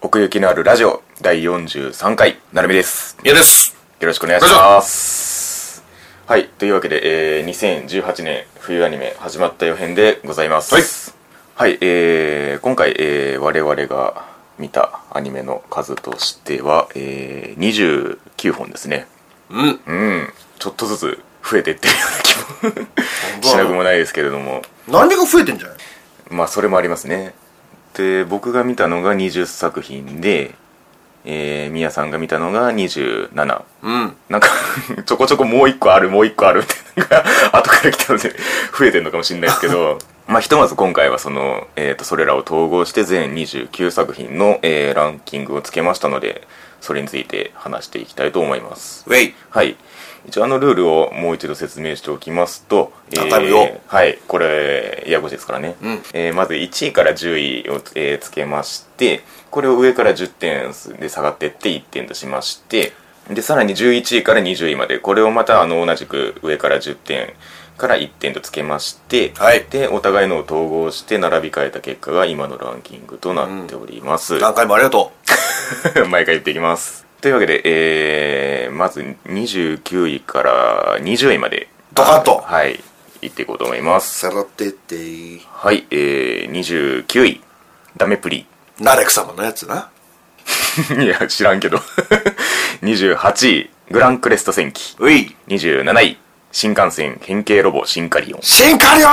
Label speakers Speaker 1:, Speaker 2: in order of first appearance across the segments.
Speaker 1: 奥行きのあるラジオ第43回なるみです
Speaker 2: いやです
Speaker 1: よろしくお願いしますはいというわけで、えー、2018年冬アニメ始まった予編でございますはい、えー、今回、えー、我々が見たアニメの数としては、えー、29本ですね
Speaker 2: うん
Speaker 1: うんちょっとずつ増えていってるような気もしなくもない ですけれども
Speaker 2: なんでか増えてんじゃない
Speaker 1: まあそれもありますねで僕が見たのが20作品でえー、みやさんが見たのが27
Speaker 2: うん
Speaker 1: なんか ちょこちょこもう一個あるもう一個あるみたいなのが 後から来たので増えてるのかもしれないですけど まあひとまず今回はその、えー、とそれらを統合して全29作品の、えーランキングをつけましたのでそれについて話していきたいと思います
Speaker 2: ウェイ
Speaker 1: はい。一応あのルールをもう一度説明しておきますと、
Speaker 2: 当たるよ
Speaker 1: はい、これ、ややこしいですからね。
Speaker 2: うん
Speaker 1: えーまず1位から10位を、えーつけまして、これを上から10点で下がってって1点としまして、で、さらに11位から20位まで、これをまたあの同じく上から10点から1点とつけまして、
Speaker 2: はい
Speaker 1: で、お互いのを統合して並び替えた結果が今のランキングとなっております。
Speaker 2: 何回もありがと
Speaker 1: 毎回言っていきますというわけで、えー、まず29位から20位まで
Speaker 2: ドカッと
Speaker 1: あはい行っていこうと思いま
Speaker 2: う
Speaker 1: す
Speaker 2: さらってっていい
Speaker 1: はいえー、29位ダメプリ
Speaker 2: ナレク様のやつない
Speaker 1: や知らんけど 28位グランクレスト戦記
Speaker 2: ウェイ
Speaker 1: 27位新幹線変形ロボシンカリオン
Speaker 2: シンカリオ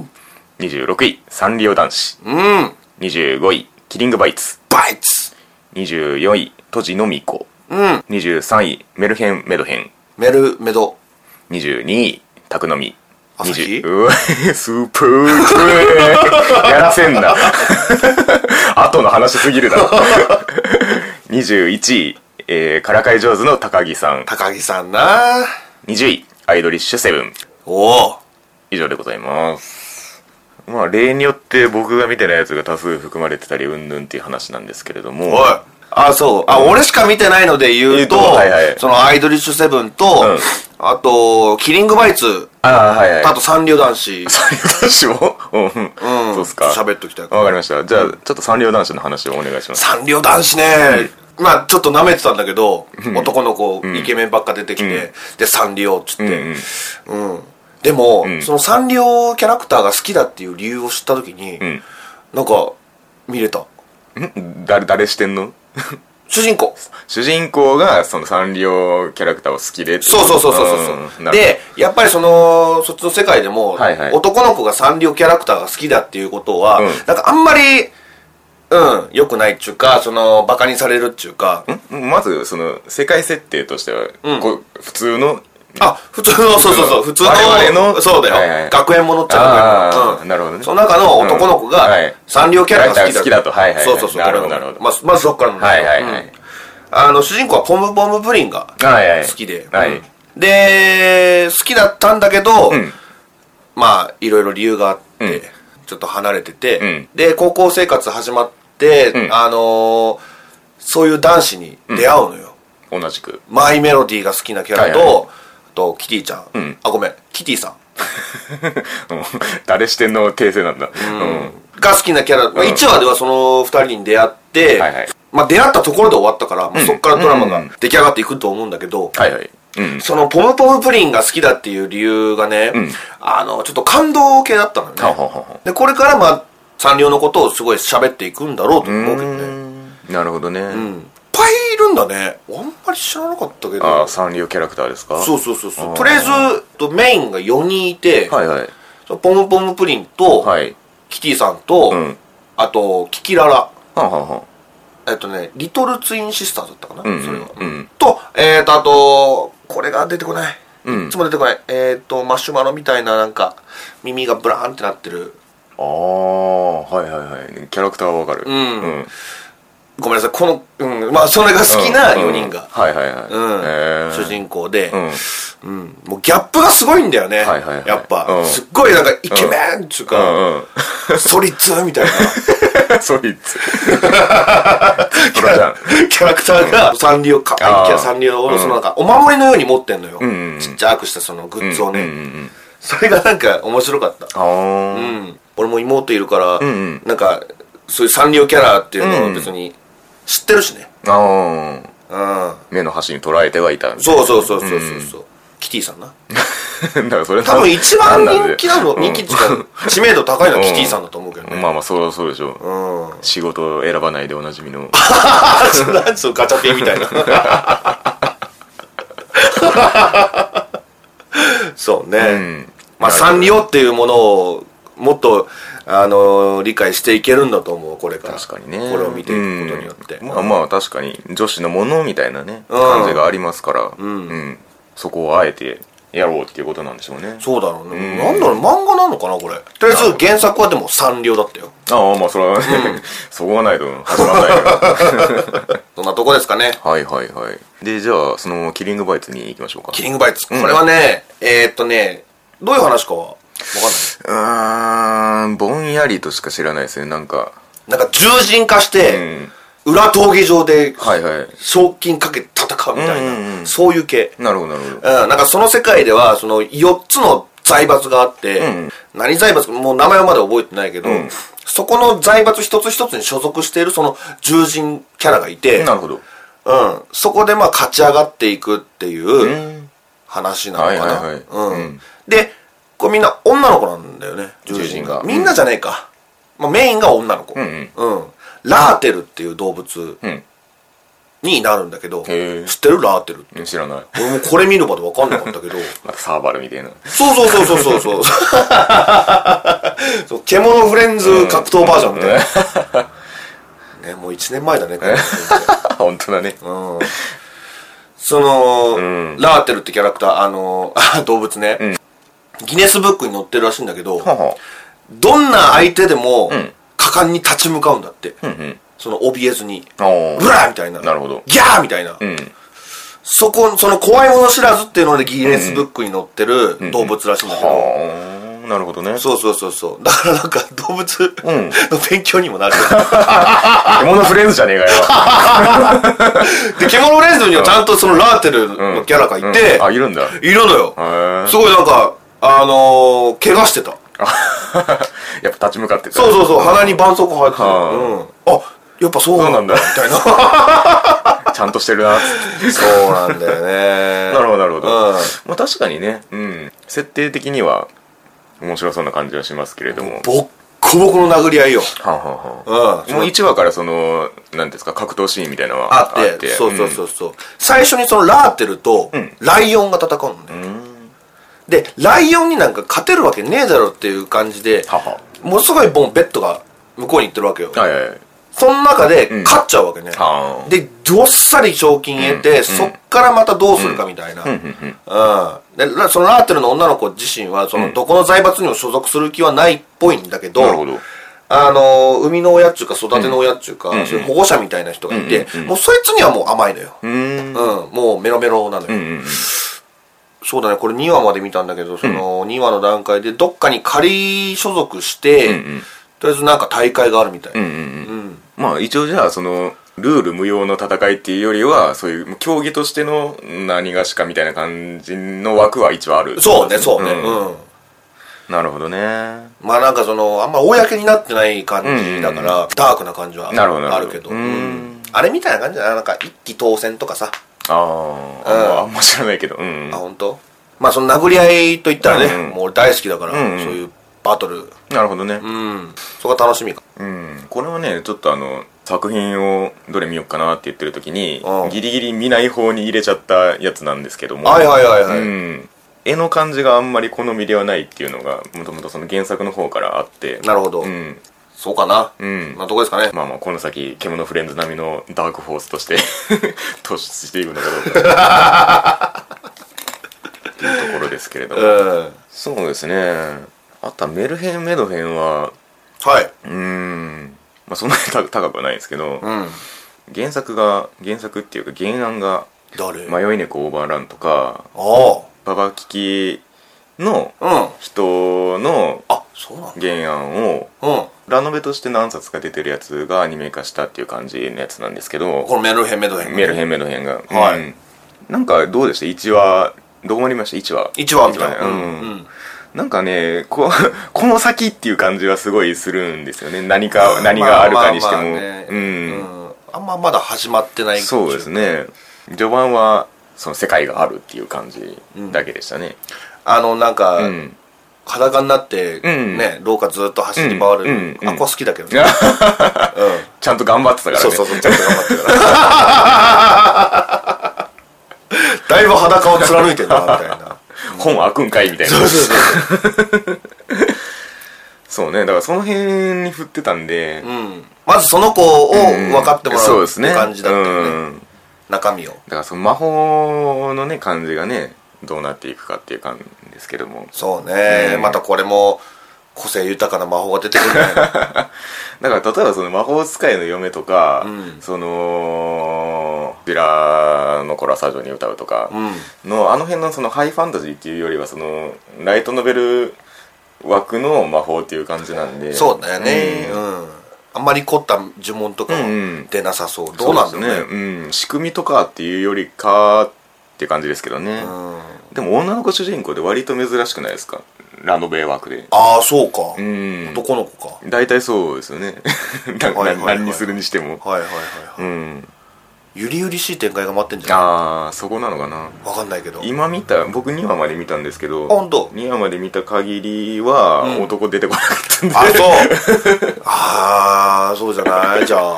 Speaker 2: ン
Speaker 1: 26位サンリオ男子
Speaker 2: うん
Speaker 1: 25位キリングバイツ
Speaker 2: バイツ
Speaker 1: 24位トジノミコ
Speaker 2: うん
Speaker 1: 23位メルヘンメドヘン
Speaker 2: メルメド
Speaker 1: 22位、宅飲み。
Speaker 2: 朝日
Speaker 1: 20うわ、 スーパークレーやらせんな。 後の話すぎるだろ。21位、えー、からかい上手の高木さん。
Speaker 2: 高木さんな
Speaker 1: 20位、アイドリッシュセブン。
Speaker 2: おお
Speaker 1: 以上でございます。まあ、例によって僕が見てないやつが多数含まれてたり、うんぬんっていう話なんですけれども。
Speaker 2: おいあそうあ俺しか見てないので言うと
Speaker 1: 言うとはいはい
Speaker 2: そのアイドリッシュセブンと
Speaker 1: うん
Speaker 2: あとキリングバイツ
Speaker 1: ああ、はいはい。
Speaker 2: あとサンリオ男子
Speaker 1: サンリオ男子もうん、うん、そうっすか。
Speaker 2: 喋っときたい
Speaker 1: わかりました。じゃあ、ちょっとサンリオ男子の話をお願いします。
Speaker 2: サンリオ男子ね、まあちょっと舐めてたんだけど、男の子、イケメンばっか出てきて、で、サンリオっつって、うん、でも、そのサンリオキャラクターが好きだっていう理由を知った時に、
Speaker 1: ん
Speaker 2: なんか、見れた。
Speaker 1: ん誰誰してんの
Speaker 2: 主人公。
Speaker 1: 主人公がそのサンリオキャラクターを好きでって
Speaker 2: そうそうそうそうそう。
Speaker 1: んなる
Speaker 2: で、やっぱりその、そっちの世界でも、
Speaker 1: はいはい
Speaker 2: 男の子がサンリオキャラクターが好きだっていうことは、
Speaker 1: うん
Speaker 2: なんかあんまり、うん、良くないっちゅうか、その、バカにされるっちゅうか、
Speaker 1: ほどんまずその世界設定としては、
Speaker 2: ん
Speaker 1: こう普通の
Speaker 2: あ、普通の、そうそうそう、普通の、
Speaker 1: 我々の
Speaker 2: そうだよ、
Speaker 1: はいはい
Speaker 2: 学園ものっちゃ学園も
Speaker 1: あ
Speaker 2: の
Speaker 1: ーなるほどね
Speaker 2: その中の男の子
Speaker 1: うん
Speaker 2: が、
Speaker 1: はい
Speaker 2: サンリオキャラが好きだ
Speaker 1: 好きだとはいはいはい
Speaker 2: そうそうそう。
Speaker 1: なるほどなるほど
Speaker 2: まず、まずそっからなんだ
Speaker 1: は
Speaker 2: け
Speaker 1: い
Speaker 2: ど
Speaker 1: はいはい、
Speaker 2: うんあの、主人公はポムポムプリンが
Speaker 1: はいはい
Speaker 2: 好きで。
Speaker 1: はい、
Speaker 2: うんで、好きだったんだけど、
Speaker 1: ん
Speaker 2: まあ、いろいろ理由があって、
Speaker 1: うん
Speaker 2: ちょっと離れてて、
Speaker 1: うん
Speaker 2: で、高校生活始まって、
Speaker 1: ん
Speaker 2: あのーそういう男子に出会うのよ。
Speaker 1: 同じく
Speaker 2: マイメロディーが好きなキャラと、
Speaker 1: はいはい
Speaker 2: あと、キティちゃん,、
Speaker 1: ん
Speaker 2: あ、ごめん、キティさん。
Speaker 1: うん誰してんの訂正なんだうん
Speaker 2: が好きなキャラ、まあ、
Speaker 1: うん
Speaker 2: 1話ではその2人に出会って、
Speaker 1: はいはい
Speaker 2: まあ出会ったところで終わったから、まあ、そっからドラマ
Speaker 1: う
Speaker 2: が
Speaker 1: ん
Speaker 2: 出来上がっていくと思うんだけど、
Speaker 1: はいはいうん
Speaker 2: そのポムポムプリンが好きだっていう理由がね、
Speaker 1: ん
Speaker 2: あの、ちょっと感動系だったのよね。
Speaker 1: はははは
Speaker 2: で、これからまあ、サンリオのことをすごい喋っていくんだろうと
Speaker 1: う
Speaker 2: 思うけどね。
Speaker 1: んなるほどね、
Speaker 2: うん。いっぱいいるんだね。あんまり知らなかったけ
Speaker 1: あ
Speaker 2: ど
Speaker 1: あ。サンリオキャラクターですか
Speaker 2: そううそうそうそ
Speaker 1: あ
Speaker 2: う。
Speaker 1: ー
Speaker 2: とりあえず、とメインが4人いて、
Speaker 1: はいはい
Speaker 2: そのポムポムプリンと、
Speaker 1: はい
Speaker 2: キティさんと、
Speaker 1: うん
Speaker 2: あと、キキララ。
Speaker 1: はんはんはん
Speaker 2: えっとね、リトルツインシスターズだったかな、
Speaker 1: うんうん
Speaker 2: それは。
Speaker 1: うん
Speaker 2: と、えっと、あと、これが出てこない。
Speaker 1: うん
Speaker 2: いつも出てこない。えっと、マシュマロみたいな、なんか、耳がブラーンってなってる。
Speaker 1: ああはいはいはいキャラクターはわかる
Speaker 2: ん
Speaker 1: うん
Speaker 2: ごめんなさい、この、うん、まあ、それが好きな4人
Speaker 1: うん
Speaker 2: が、
Speaker 1: はいはいはい、
Speaker 2: うん
Speaker 1: えー
Speaker 2: 主人公で、
Speaker 1: うん
Speaker 2: うんもうギャップがすごいんだよね。
Speaker 1: はいはいはい
Speaker 2: やっぱ、
Speaker 1: うん
Speaker 2: すっごいなんか、イケメンっていう
Speaker 1: う
Speaker 2: か、
Speaker 1: んうん
Speaker 2: ソリッツみたいな。
Speaker 1: そいつ トラちゃん
Speaker 2: キャラクターが、サンリオか、
Speaker 1: あー
Speaker 2: キャラサンリオのそのなんか、お守りのように持ってんのよ。
Speaker 1: んうんうん
Speaker 2: ちっちゃくしたそのグッズをね。
Speaker 1: うんうんうん
Speaker 2: それがなんか面白かった。
Speaker 1: あー、
Speaker 2: うん。俺も妹いるから、
Speaker 1: んうん
Speaker 2: なんか、そういうサンリオキャラっていうの
Speaker 1: う
Speaker 2: を
Speaker 1: ん
Speaker 2: 別に、知ってるしね
Speaker 1: ああ
Speaker 2: うん
Speaker 1: 目の端に捉えてはいたんです
Speaker 2: そうそうそうそうそうそう、キティさんな
Speaker 1: だからそれ
Speaker 2: 多分一番
Speaker 1: なんで
Speaker 2: 人気なの人気っていうか知名度高いのはキティさんだと思うけどね
Speaker 1: まあまあそうそうでしょう、
Speaker 2: うん
Speaker 1: 仕事を選ばないでおなじみの
Speaker 2: 何そのガチャピンみたい なそう
Speaker 1: ん
Speaker 2: ね、まあ
Speaker 1: なるほど
Speaker 2: サンリオっていうものをもっとあの理解していけるんだと思うこれから
Speaker 1: 確かにね
Speaker 2: これを見ていくことによって、
Speaker 1: うんまあまあ確かに女子のものみたいなね
Speaker 2: うん
Speaker 1: 感じがありますから、うんそこをあえてやろうっていうことなんでしょうね
Speaker 2: そうだろうね、なんだろう漫画なのかなこれとりあえず原作はでもサンリオだったよ
Speaker 1: ああまあそれは、ね そこがないと始まらないから
Speaker 2: そんなとこですかね
Speaker 1: はいはいはいでじゃあそのキリングバイツに行きましょうか
Speaker 2: キリングバイツこ
Speaker 1: ん
Speaker 2: れはね、えー、っとねどういう話かはわかんな
Speaker 1: ー
Speaker 2: いう
Speaker 1: んぼんやりとしか知らないですねなんか
Speaker 2: なんか獣人化し
Speaker 1: う
Speaker 2: て
Speaker 1: ん、
Speaker 2: 裏闘技場で、
Speaker 1: はいはい
Speaker 2: 賞金かけて戦うみた
Speaker 1: う
Speaker 2: いな、
Speaker 1: んうんうん
Speaker 2: そういう系。
Speaker 1: なるほどなる
Speaker 2: うん、なんかその世界では、その4つの財閥があって、
Speaker 1: うん
Speaker 2: 何財閥かもう名前まで覚えてないけど、
Speaker 1: ん
Speaker 2: そこの財閥一つ一つに所属しているその獣人キャラがいて、
Speaker 1: ほどなるほど
Speaker 2: うん、そこでまあ勝ち上がっていくっていう話なのかな。
Speaker 1: はいはいはい
Speaker 2: うん
Speaker 1: うん
Speaker 2: で、これみんな女の子なんだよね、獣
Speaker 1: 獣人
Speaker 2: 人が。
Speaker 1: が
Speaker 2: みんなじゃねえか。まあ、メインが女の子、
Speaker 1: ん
Speaker 2: うんラーテルっていう動物
Speaker 1: ん
Speaker 2: になるんだけど、
Speaker 1: へえ
Speaker 2: 知ってるラーテルって。
Speaker 1: 知らない
Speaker 2: 俺もこれ見るまで分かんなかった けど。
Speaker 1: またサーバルみたいな
Speaker 2: そうそうそうそうそうそう。そう獣フレンズ格闘バージョンみたいな。 ね、もう1年前だね、これ。
Speaker 1: 本当だね
Speaker 2: うんその、ラーテルってキャラクター、あの ー動物ね、ギネスブックに載ってるらしいんだけど、
Speaker 1: はは
Speaker 2: どんな相手でも、
Speaker 1: ん
Speaker 2: 果敢に立ち向かうんだって。
Speaker 1: うん
Speaker 2: その、怯えずに。
Speaker 1: ああ
Speaker 2: ブラーみたいな。
Speaker 1: なるほど
Speaker 2: ギャーみたいな。
Speaker 1: うん
Speaker 2: そこ、その怖いもの知らずっていうのでギネスブックに載ってる動物らしいんだけど。
Speaker 1: はあなるほどね
Speaker 2: そうそうそうそう。だからなんか動物
Speaker 1: ん
Speaker 2: の勉強にも なるよ。
Speaker 1: 獣フレンズじゃねえかよ
Speaker 2: で、獣レンズにはちゃんとそのラーテル のキャラがいて、
Speaker 1: うんあいるんだへ
Speaker 2: いるのよ。
Speaker 1: え
Speaker 2: すごいなんか、あのー、怪我してた。
Speaker 1: やっぱ立ち向かってた
Speaker 2: そうそうそう、鼻に絆創膏入ってた。
Speaker 1: は
Speaker 2: うん。あ、やっぱそうなんだ、み
Speaker 1: そ
Speaker 2: たいな。
Speaker 1: ちゃんとしてるなっつって
Speaker 2: そうなん だよね
Speaker 1: なるほどなるほど、
Speaker 2: うん
Speaker 1: まあ確かにね、うん、設定的には面白そうな感じはしますけれども
Speaker 2: ボッコボコの殴り合いよ。
Speaker 1: はんはんはん
Speaker 2: うん。
Speaker 1: もう1話からその何ですか格闘シーンみたいなのは
Speaker 2: あってそうそうそうそう、最初にそのラーテルとライオンが戦うのね、でライオンになんか勝てるわけねえだろっていう感じで
Speaker 1: はは
Speaker 2: ものすごいボンベッドが向こうに行ってるわけよ、
Speaker 1: うんはいはいはい
Speaker 2: その中で勝っちゃうわけね、
Speaker 1: はあ
Speaker 2: でどっさり賞金得て、そっからまたどうするかみたいな、うんでラそのラーテルの女の子自身はそのどこの財閥にも所属する気はないっぽいんだけど、
Speaker 1: なるほど
Speaker 2: あの生みの親っちゅうか育ての親っちゅうか、そういう保護者みたいな人がいて、もうそいつにはもう甘いのよ、
Speaker 1: うーん
Speaker 2: うん、もうメロメロなのよ、そうだねこれ2話まで見たんだけどその2話の段階でどっかに仮所属して、とりあえずなんか大会があるみたい、
Speaker 1: うんうんうんまあ一応じゃあそのルール無用の戦いっていうよりはそういう競技としての何がしかみたいな感じの枠は一応ある
Speaker 2: そうねそうね
Speaker 1: ん
Speaker 2: うん、
Speaker 1: なるほどね
Speaker 2: まあなんかそのあんま公になってない感じだから、ダークな感じは
Speaker 1: なるほどな
Speaker 2: あ
Speaker 1: る
Speaker 2: る
Speaker 1: ほど
Speaker 2: けど
Speaker 1: うん
Speaker 2: うんあれみたいな感じだななんか一気当選とかさ
Speaker 1: あーあんまあんま知らないけどうん
Speaker 2: あ本当？まあその殴り合いといったらね、
Speaker 1: うんうん
Speaker 2: もう俺大好きだから、
Speaker 1: うんうん
Speaker 2: そういうバトル
Speaker 1: なるほどね
Speaker 2: うんそこが楽しみか
Speaker 1: うん、これはねちょっとあの作品をどれ見ようかなって言ってる時に
Speaker 2: うん
Speaker 1: ギリギリ見ない方に入れちゃったやつなんですけども
Speaker 2: はいはいはいはい、
Speaker 1: うん、絵の感じがあんまり好みではないっていうのがもともとその原作の方からあって
Speaker 2: なるほど、
Speaker 1: うん
Speaker 2: そうかな
Speaker 1: うん
Speaker 2: なとこですかね
Speaker 1: まあまあこの先獣フレンズ並みのダークホースとして 突出していくのかどうかっていうところですけれども、
Speaker 2: うん
Speaker 1: そうですねあとはメルヘンメドヘンは
Speaker 2: はい。
Speaker 1: うんまあそんなに高 高くはないんですけど、
Speaker 2: うん。
Speaker 1: 原作が原作っていうか原案が「
Speaker 2: 誰あ
Speaker 1: 迷い猫オーバーラン」とか
Speaker 2: あ。
Speaker 1: 「ババキキ」の
Speaker 2: うん。
Speaker 1: 人の
Speaker 2: あ、そうなんだ。
Speaker 1: 原案を
Speaker 2: うん。
Speaker 1: ラノベとして何冊か出てるやつがアニメ化したっていう感じのやつなんですけ
Speaker 2: こ
Speaker 1: ど
Speaker 2: のメルヘンメドヘン。
Speaker 1: メルヘンメルヘンが
Speaker 2: はい
Speaker 1: うんなんかどうでした1話どう思いました1話
Speaker 2: 一話みたいな。
Speaker 1: う
Speaker 2: うんん。うん
Speaker 1: なんかねこ この先っていう感じはすごいするんですよね何か何があるかにしても
Speaker 2: まあまあまあね
Speaker 1: うん
Speaker 2: うんあんままだ始まってない
Speaker 1: そうですね序盤はその世界があるっていう感じだけでしたね
Speaker 2: あのなんか、
Speaker 1: うん
Speaker 2: 裸になって、
Speaker 1: うん
Speaker 2: ね廊下ずっと走り回る、
Speaker 1: うんうん
Speaker 2: あこは好きだけどね、うん
Speaker 1: ちゃんと頑張ってたからね
Speaker 2: そうそうそう、ちゃんと頑張ってるから。 だいぶ裸を貫いてんな、みたいな。
Speaker 1: 本開くんかいみたいな
Speaker 2: そうそう
Speaker 1: そうねだからその辺に振ってたんで、
Speaker 2: そう。うん。まずその子を分かってもら
Speaker 1: そううで
Speaker 2: っ
Speaker 1: す
Speaker 2: て
Speaker 1: ね
Speaker 2: 感じだったよね。
Speaker 1: うん
Speaker 2: 中身を。
Speaker 1: だからその魔法のね感じがねどうなっていくかっていう感じですけども
Speaker 2: そうね
Speaker 1: う。ん
Speaker 2: またこれも、個性豊かな魔法が出てくるんじゃ ない
Speaker 1: だ
Speaker 2: の
Speaker 1: から例えばその魔法使いの嫁とか、
Speaker 2: うん
Speaker 1: そのビラのコラサジョに歌うとかの、あの辺のそのハイファンタジーっていうよりはそのライトノベル枠の魔法っていう感じなんで
Speaker 2: そうだよね。
Speaker 1: うん
Speaker 2: うん。あんまり凝った呪文とか
Speaker 1: うんう
Speaker 2: も
Speaker 1: ん
Speaker 2: 出なさそう。どうなんだ
Speaker 1: そ
Speaker 2: ろ
Speaker 1: う
Speaker 2: う
Speaker 1: ですね、
Speaker 2: ね。
Speaker 1: うん、仕組みとかっていうよりかって感じですけどね、
Speaker 2: うん。
Speaker 1: でも女の子主人公で割と珍しくないですかラノベ枠で
Speaker 2: ああ、そうか
Speaker 1: う。ん
Speaker 2: 男の子か。
Speaker 1: 大体そうですよね な
Speaker 2: はいはい
Speaker 1: な
Speaker 2: はい
Speaker 1: 何にするにしても
Speaker 2: はいはいはいうはい。
Speaker 1: ん
Speaker 2: ゆりゆりしい展開が待ってんじゃな
Speaker 1: ああそこなのかない
Speaker 2: わかんないけど。
Speaker 1: 今見た僕2話まで見たんですけど
Speaker 2: あ本当
Speaker 1: 2話まで見た限りは、
Speaker 2: うん
Speaker 1: 男出てこなかったんで
Speaker 2: あ、そう。ああ、そうじゃないじゃ あ。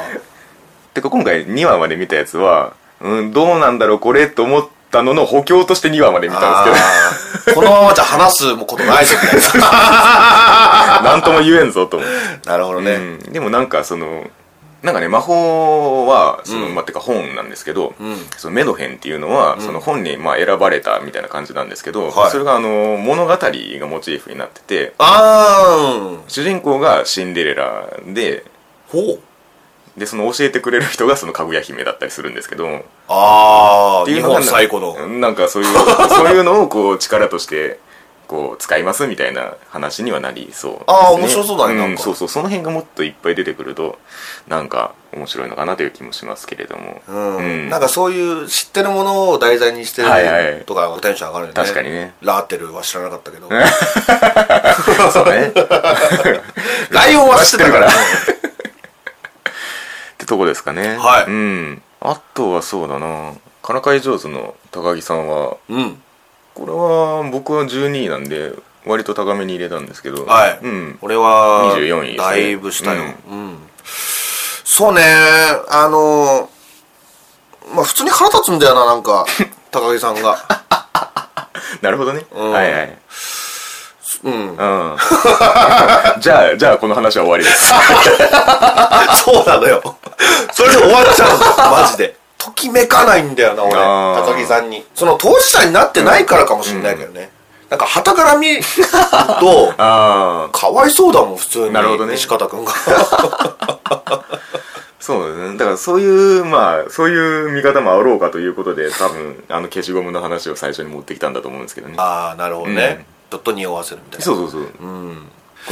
Speaker 1: てか今回2話まで見たやつは、うん、どうなんだろうこれと思ったのの補強として2話まで見たんですけ
Speaker 2: あーこのままじゃ話すことな いぞみたいな。
Speaker 1: ど なんとも言えんぞと思って
Speaker 2: なるほどね。
Speaker 1: うん、でもなんかそのなんかね魔法はその、
Speaker 2: うん
Speaker 1: まあてか本なんですけど、
Speaker 2: うん
Speaker 1: そのメドヘンっていうのは、その本にまあ選ばれたみたいな感じなんですけど、
Speaker 2: はい
Speaker 1: それがあの物語がモチーフになってて
Speaker 2: あー
Speaker 1: 主人公がシンデレラで
Speaker 2: ほう。
Speaker 1: でその教えてくれる人がそのかぐや姫だったりするんですけどっ
Speaker 2: あ
Speaker 1: て
Speaker 2: ー、
Speaker 1: い
Speaker 2: 日
Speaker 1: うのが
Speaker 2: 本最古の。
Speaker 1: なんかそういうそう いうのをこう力としてこう使いますみたいな話にはなりそうです、ね、
Speaker 2: あー面白そうだねなんか
Speaker 1: そうそうその辺がもっといっぱい出てくるとなんか面白いのかなという気もしますけれども、
Speaker 2: うん
Speaker 1: うん
Speaker 2: なんかそういう知ってるものを題材にして
Speaker 1: はいは
Speaker 2: る
Speaker 1: い
Speaker 2: とかテンション上がるよね。
Speaker 1: 確かにね。
Speaker 2: ラーテルは知らなかったけ ど。
Speaker 1: そうねっ
Speaker 2: ライオンは知ってるから。
Speaker 1: てとこですかね
Speaker 2: はい
Speaker 1: うんあとはそうだなからかい上手の高木さんは
Speaker 2: うん。
Speaker 1: これは僕は12位なんで割と高めに入れたんですけど
Speaker 2: はい。
Speaker 1: うん
Speaker 2: 俺は、
Speaker 1: 24位ですね
Speaker 2: だいぶ下よ。うん。そうね、あの、まあ普通に腹立つんだよな、なん か、高木さんが。
Speaker 1: なるほどね
Speaker 2: うん
Speaker 1: はいはいうん
Speaker 2: うん。
Speaker 1: じゃあじゃあこの話は終わりです
Speaker 2: そうなのよ。 それで終わっちゃうの、マジで。ときめかないんだよな、俺。
Speaker 1: あー、
Speaker 2: 高木さんに。その当事者になってないからかもしれないけどね。なんか、旗から見ると
Speaker 1: ああ
Speaker 2: かわいそうだもん、普通に。
Speaker 1: なるほどね
Speaker 2: 西 方くんが。
Speaker 1: そうですねだからそういうまあそういう見方もあろうかということで多分あの消しゴムの話を最初に持ってきたんだと思うんですけどね
Speaker 2: ああ、なるほど
Speaker 1: うん
Speaker 2: ね。ちょっと匂わせるみたいな。
Speaker 1: そうそうそう、こ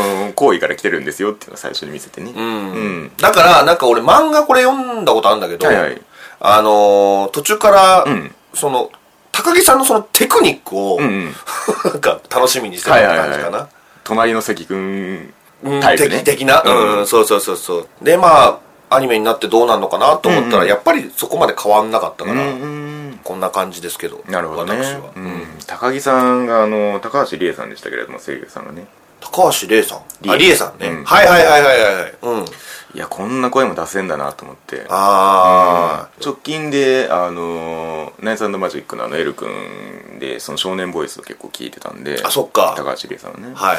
Speaker 1: の行為から来てるんですよっていうのを最初に見せてねう
Speaker 2: うん
Speaker 1: うん
Speaker 2: だから、なんか俺漫画これ読んだことあるんだけど、
Speaker 1: はいはい
Speaker 2: あのー途中から、
Speaker 1: ん
Speaker 2: その、高木さんのそのテクニックを、
Speaker 1: うんうん
Speaker 2: なんか楽しみにしてる感じかな。
Speaker 1: 隣の関君
Speaker 2: うん
Speaker 1: タイプね
Speaker 2: 的的な、
Speaker 1: うん
Speaker 2: うん、そうそうそうそう。で、まあ、アニメになってどうなるのかなと思ったら、
Speaker 1: うんうん
Speaker 2: やっぱりそこまで変わんなかったから、
Speaker 1: うん
Speaker 2: こんな感じですけど、
Speaker 1: なるほどね
Speaker 2: 私は、
Speaker 1: うん、高木さんがあの高橋理恵さんでしたけれども声優さんがね
Speaker 2: 高橋礼さん。あ、
Speaker 1: 理
Speaker 2: 理
Speaker 1: 恵
Speaker 2: 恵
Speaker 1: さ
Speaker 2: さ
Speaker 1: ん
Speaker 2: んね、
Speaker 1: うん
Speaker 2: はいはいはいはいはいはい。うん。
Speaker 1: いやこんな声も出せんだなと思って
Speaker 2: あー。
Speaker 1: 直近であのナイツマジックのあのエル君でその少年ボイスを結構聞いてたんで
Speaker 2: あ、そっか。
Speaker 1: 高橋理恵さんはね
Speaker 2: はい。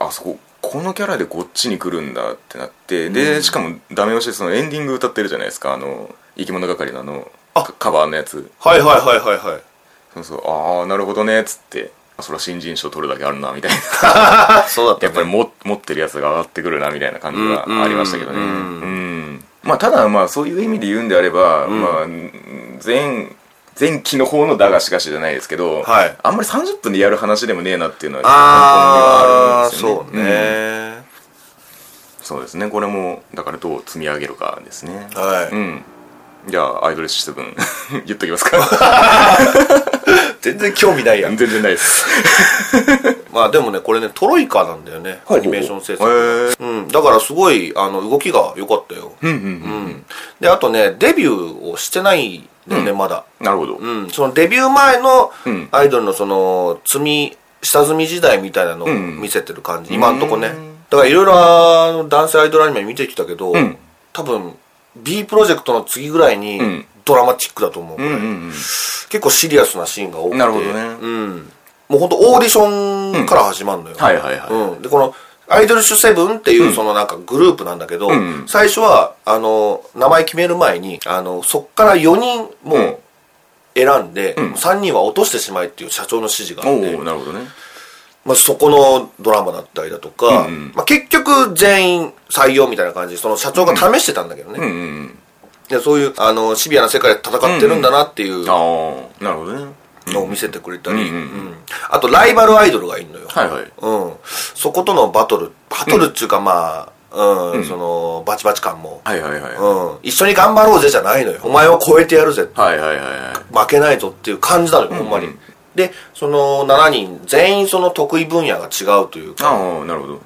Speaker 1: あそここのキャラでこっちに来るんだってなってでしかもダメ押しでそのエンディング歌ってるじゃないですかあの生き物係のあの
Speaker 2: あ
Speaker 1: カカバーのやつ
Speaker 2: はいはいはいはいはい。
Speaker 1: そうそうああなるほどねっつってあそりゃ新人賞取るだけあるなみたいな
Speaker 2: あ、そうだった、
Speaker 1: やっぱりも持ってるやつが上がってくるなみたいな感じがありましたけどねう
Speaker 2: うんん
Speaker 1: まあただまあそういう意味で言うんであれば、まあ前前期の方のだがしかしじゃないですけど、
Speaker 2: はい
Speaker 1: あんまり30分でやる話でもねえなっていうのは
Speaker 2: あ
Speaker 1: 根
Speaker 2: あ、
Speaker 1: 本
Speaker 2: そ
Speaker 1: にはあるん
Speaker 2: う
Speaker 1: ですよ
Speaker 2: ね。
Speaker 1: そうですねこれもだからどう積み上げるかですね
Speaker 2: はい
Speaker 1: うんじゃあアイドルシステム 言 っときますか
Speaker 2: 全然興味ないやん。
Speaker 1: 全然ないです
Speaker 2: まあでもねこれねトロイカなんだよね、
Speaker 1: はい
Speaker 2: アニメーション制
Speaker 1: へ
Speaker 2: 作、うん、だからすごいあの動きが良かったよ、うんであとねデビューをしてないんだよね、まだ、
Speaker 1: なるほど。
Speaker 2: うん、そのデビュー前の
Speaker 1: ん
Speaker 2: アイドルのその積み下積み時代みたいなのを
Speaker 1: ん
Speaker 2: 見せてる感じ、今んとこねだからいろいろあの男性アイドルアニメ見てきたけど、
Speaker 1: ん
Speaker 2: 多分 B プロジェクトの次ぐらいに
Speaker 1: ん
Speaker 2: ドラマチックだと思う、これ
Speaker 1: うんうん
Speaker 2: 結構シリアスなシーンが多くて
Speaker 1: なるほどね
Speaker 2: うん、もう本当オーディションから始まるのよ、
Speaker 1: はいはいはい
Speaker 2: うん、でこのアイドル主セブンっていうそのなんかグループなんだけど、
Speaker 1: ん
Speaker 2: 最初はあの名前決める前にあのそっから4人も
Speaker 1: うん
Speaker 2: う選んで、3人は落としてしまえっていう社長の指示があって
Speaker 1: おおなるほどね。
Speaker 2: まあ、そこのドラマだったりだとか、
Speaker 1: うんうん
Speaker 2: まあ、結局全員採用みたいな感じでその社長が試してたんだけどね、
Speaker 1: うんうん
Speaker 2: でそういうあのシビアな世界で戦ってるんだなっていう
Speaker 1: うん。ああ、なるほどね。
Speaker 2: のを見せてくれた
Speaker 1: う
Speaker 2: り、
Speaker 1: んうんうん
Speaker 2: うんあとライバルアイドルがいるのよ、
Speaker 1: はいはい。
Speaker 2: うん、そことのバトルバトルっていうかまあ、うんそのバチバチ感も、
Speaker 1: はいはいはい。
Speaker 2: うん、一緒に頑張ろうぜじゃないのよお前を超えてやるぜ
Speaker 1: はいはいはいはい。
Speaker 2: 負けないぞっていう感じなのよほんまに、でその7人全員その得意分野が違うというか、
Speaker 1: ああ、なるほど。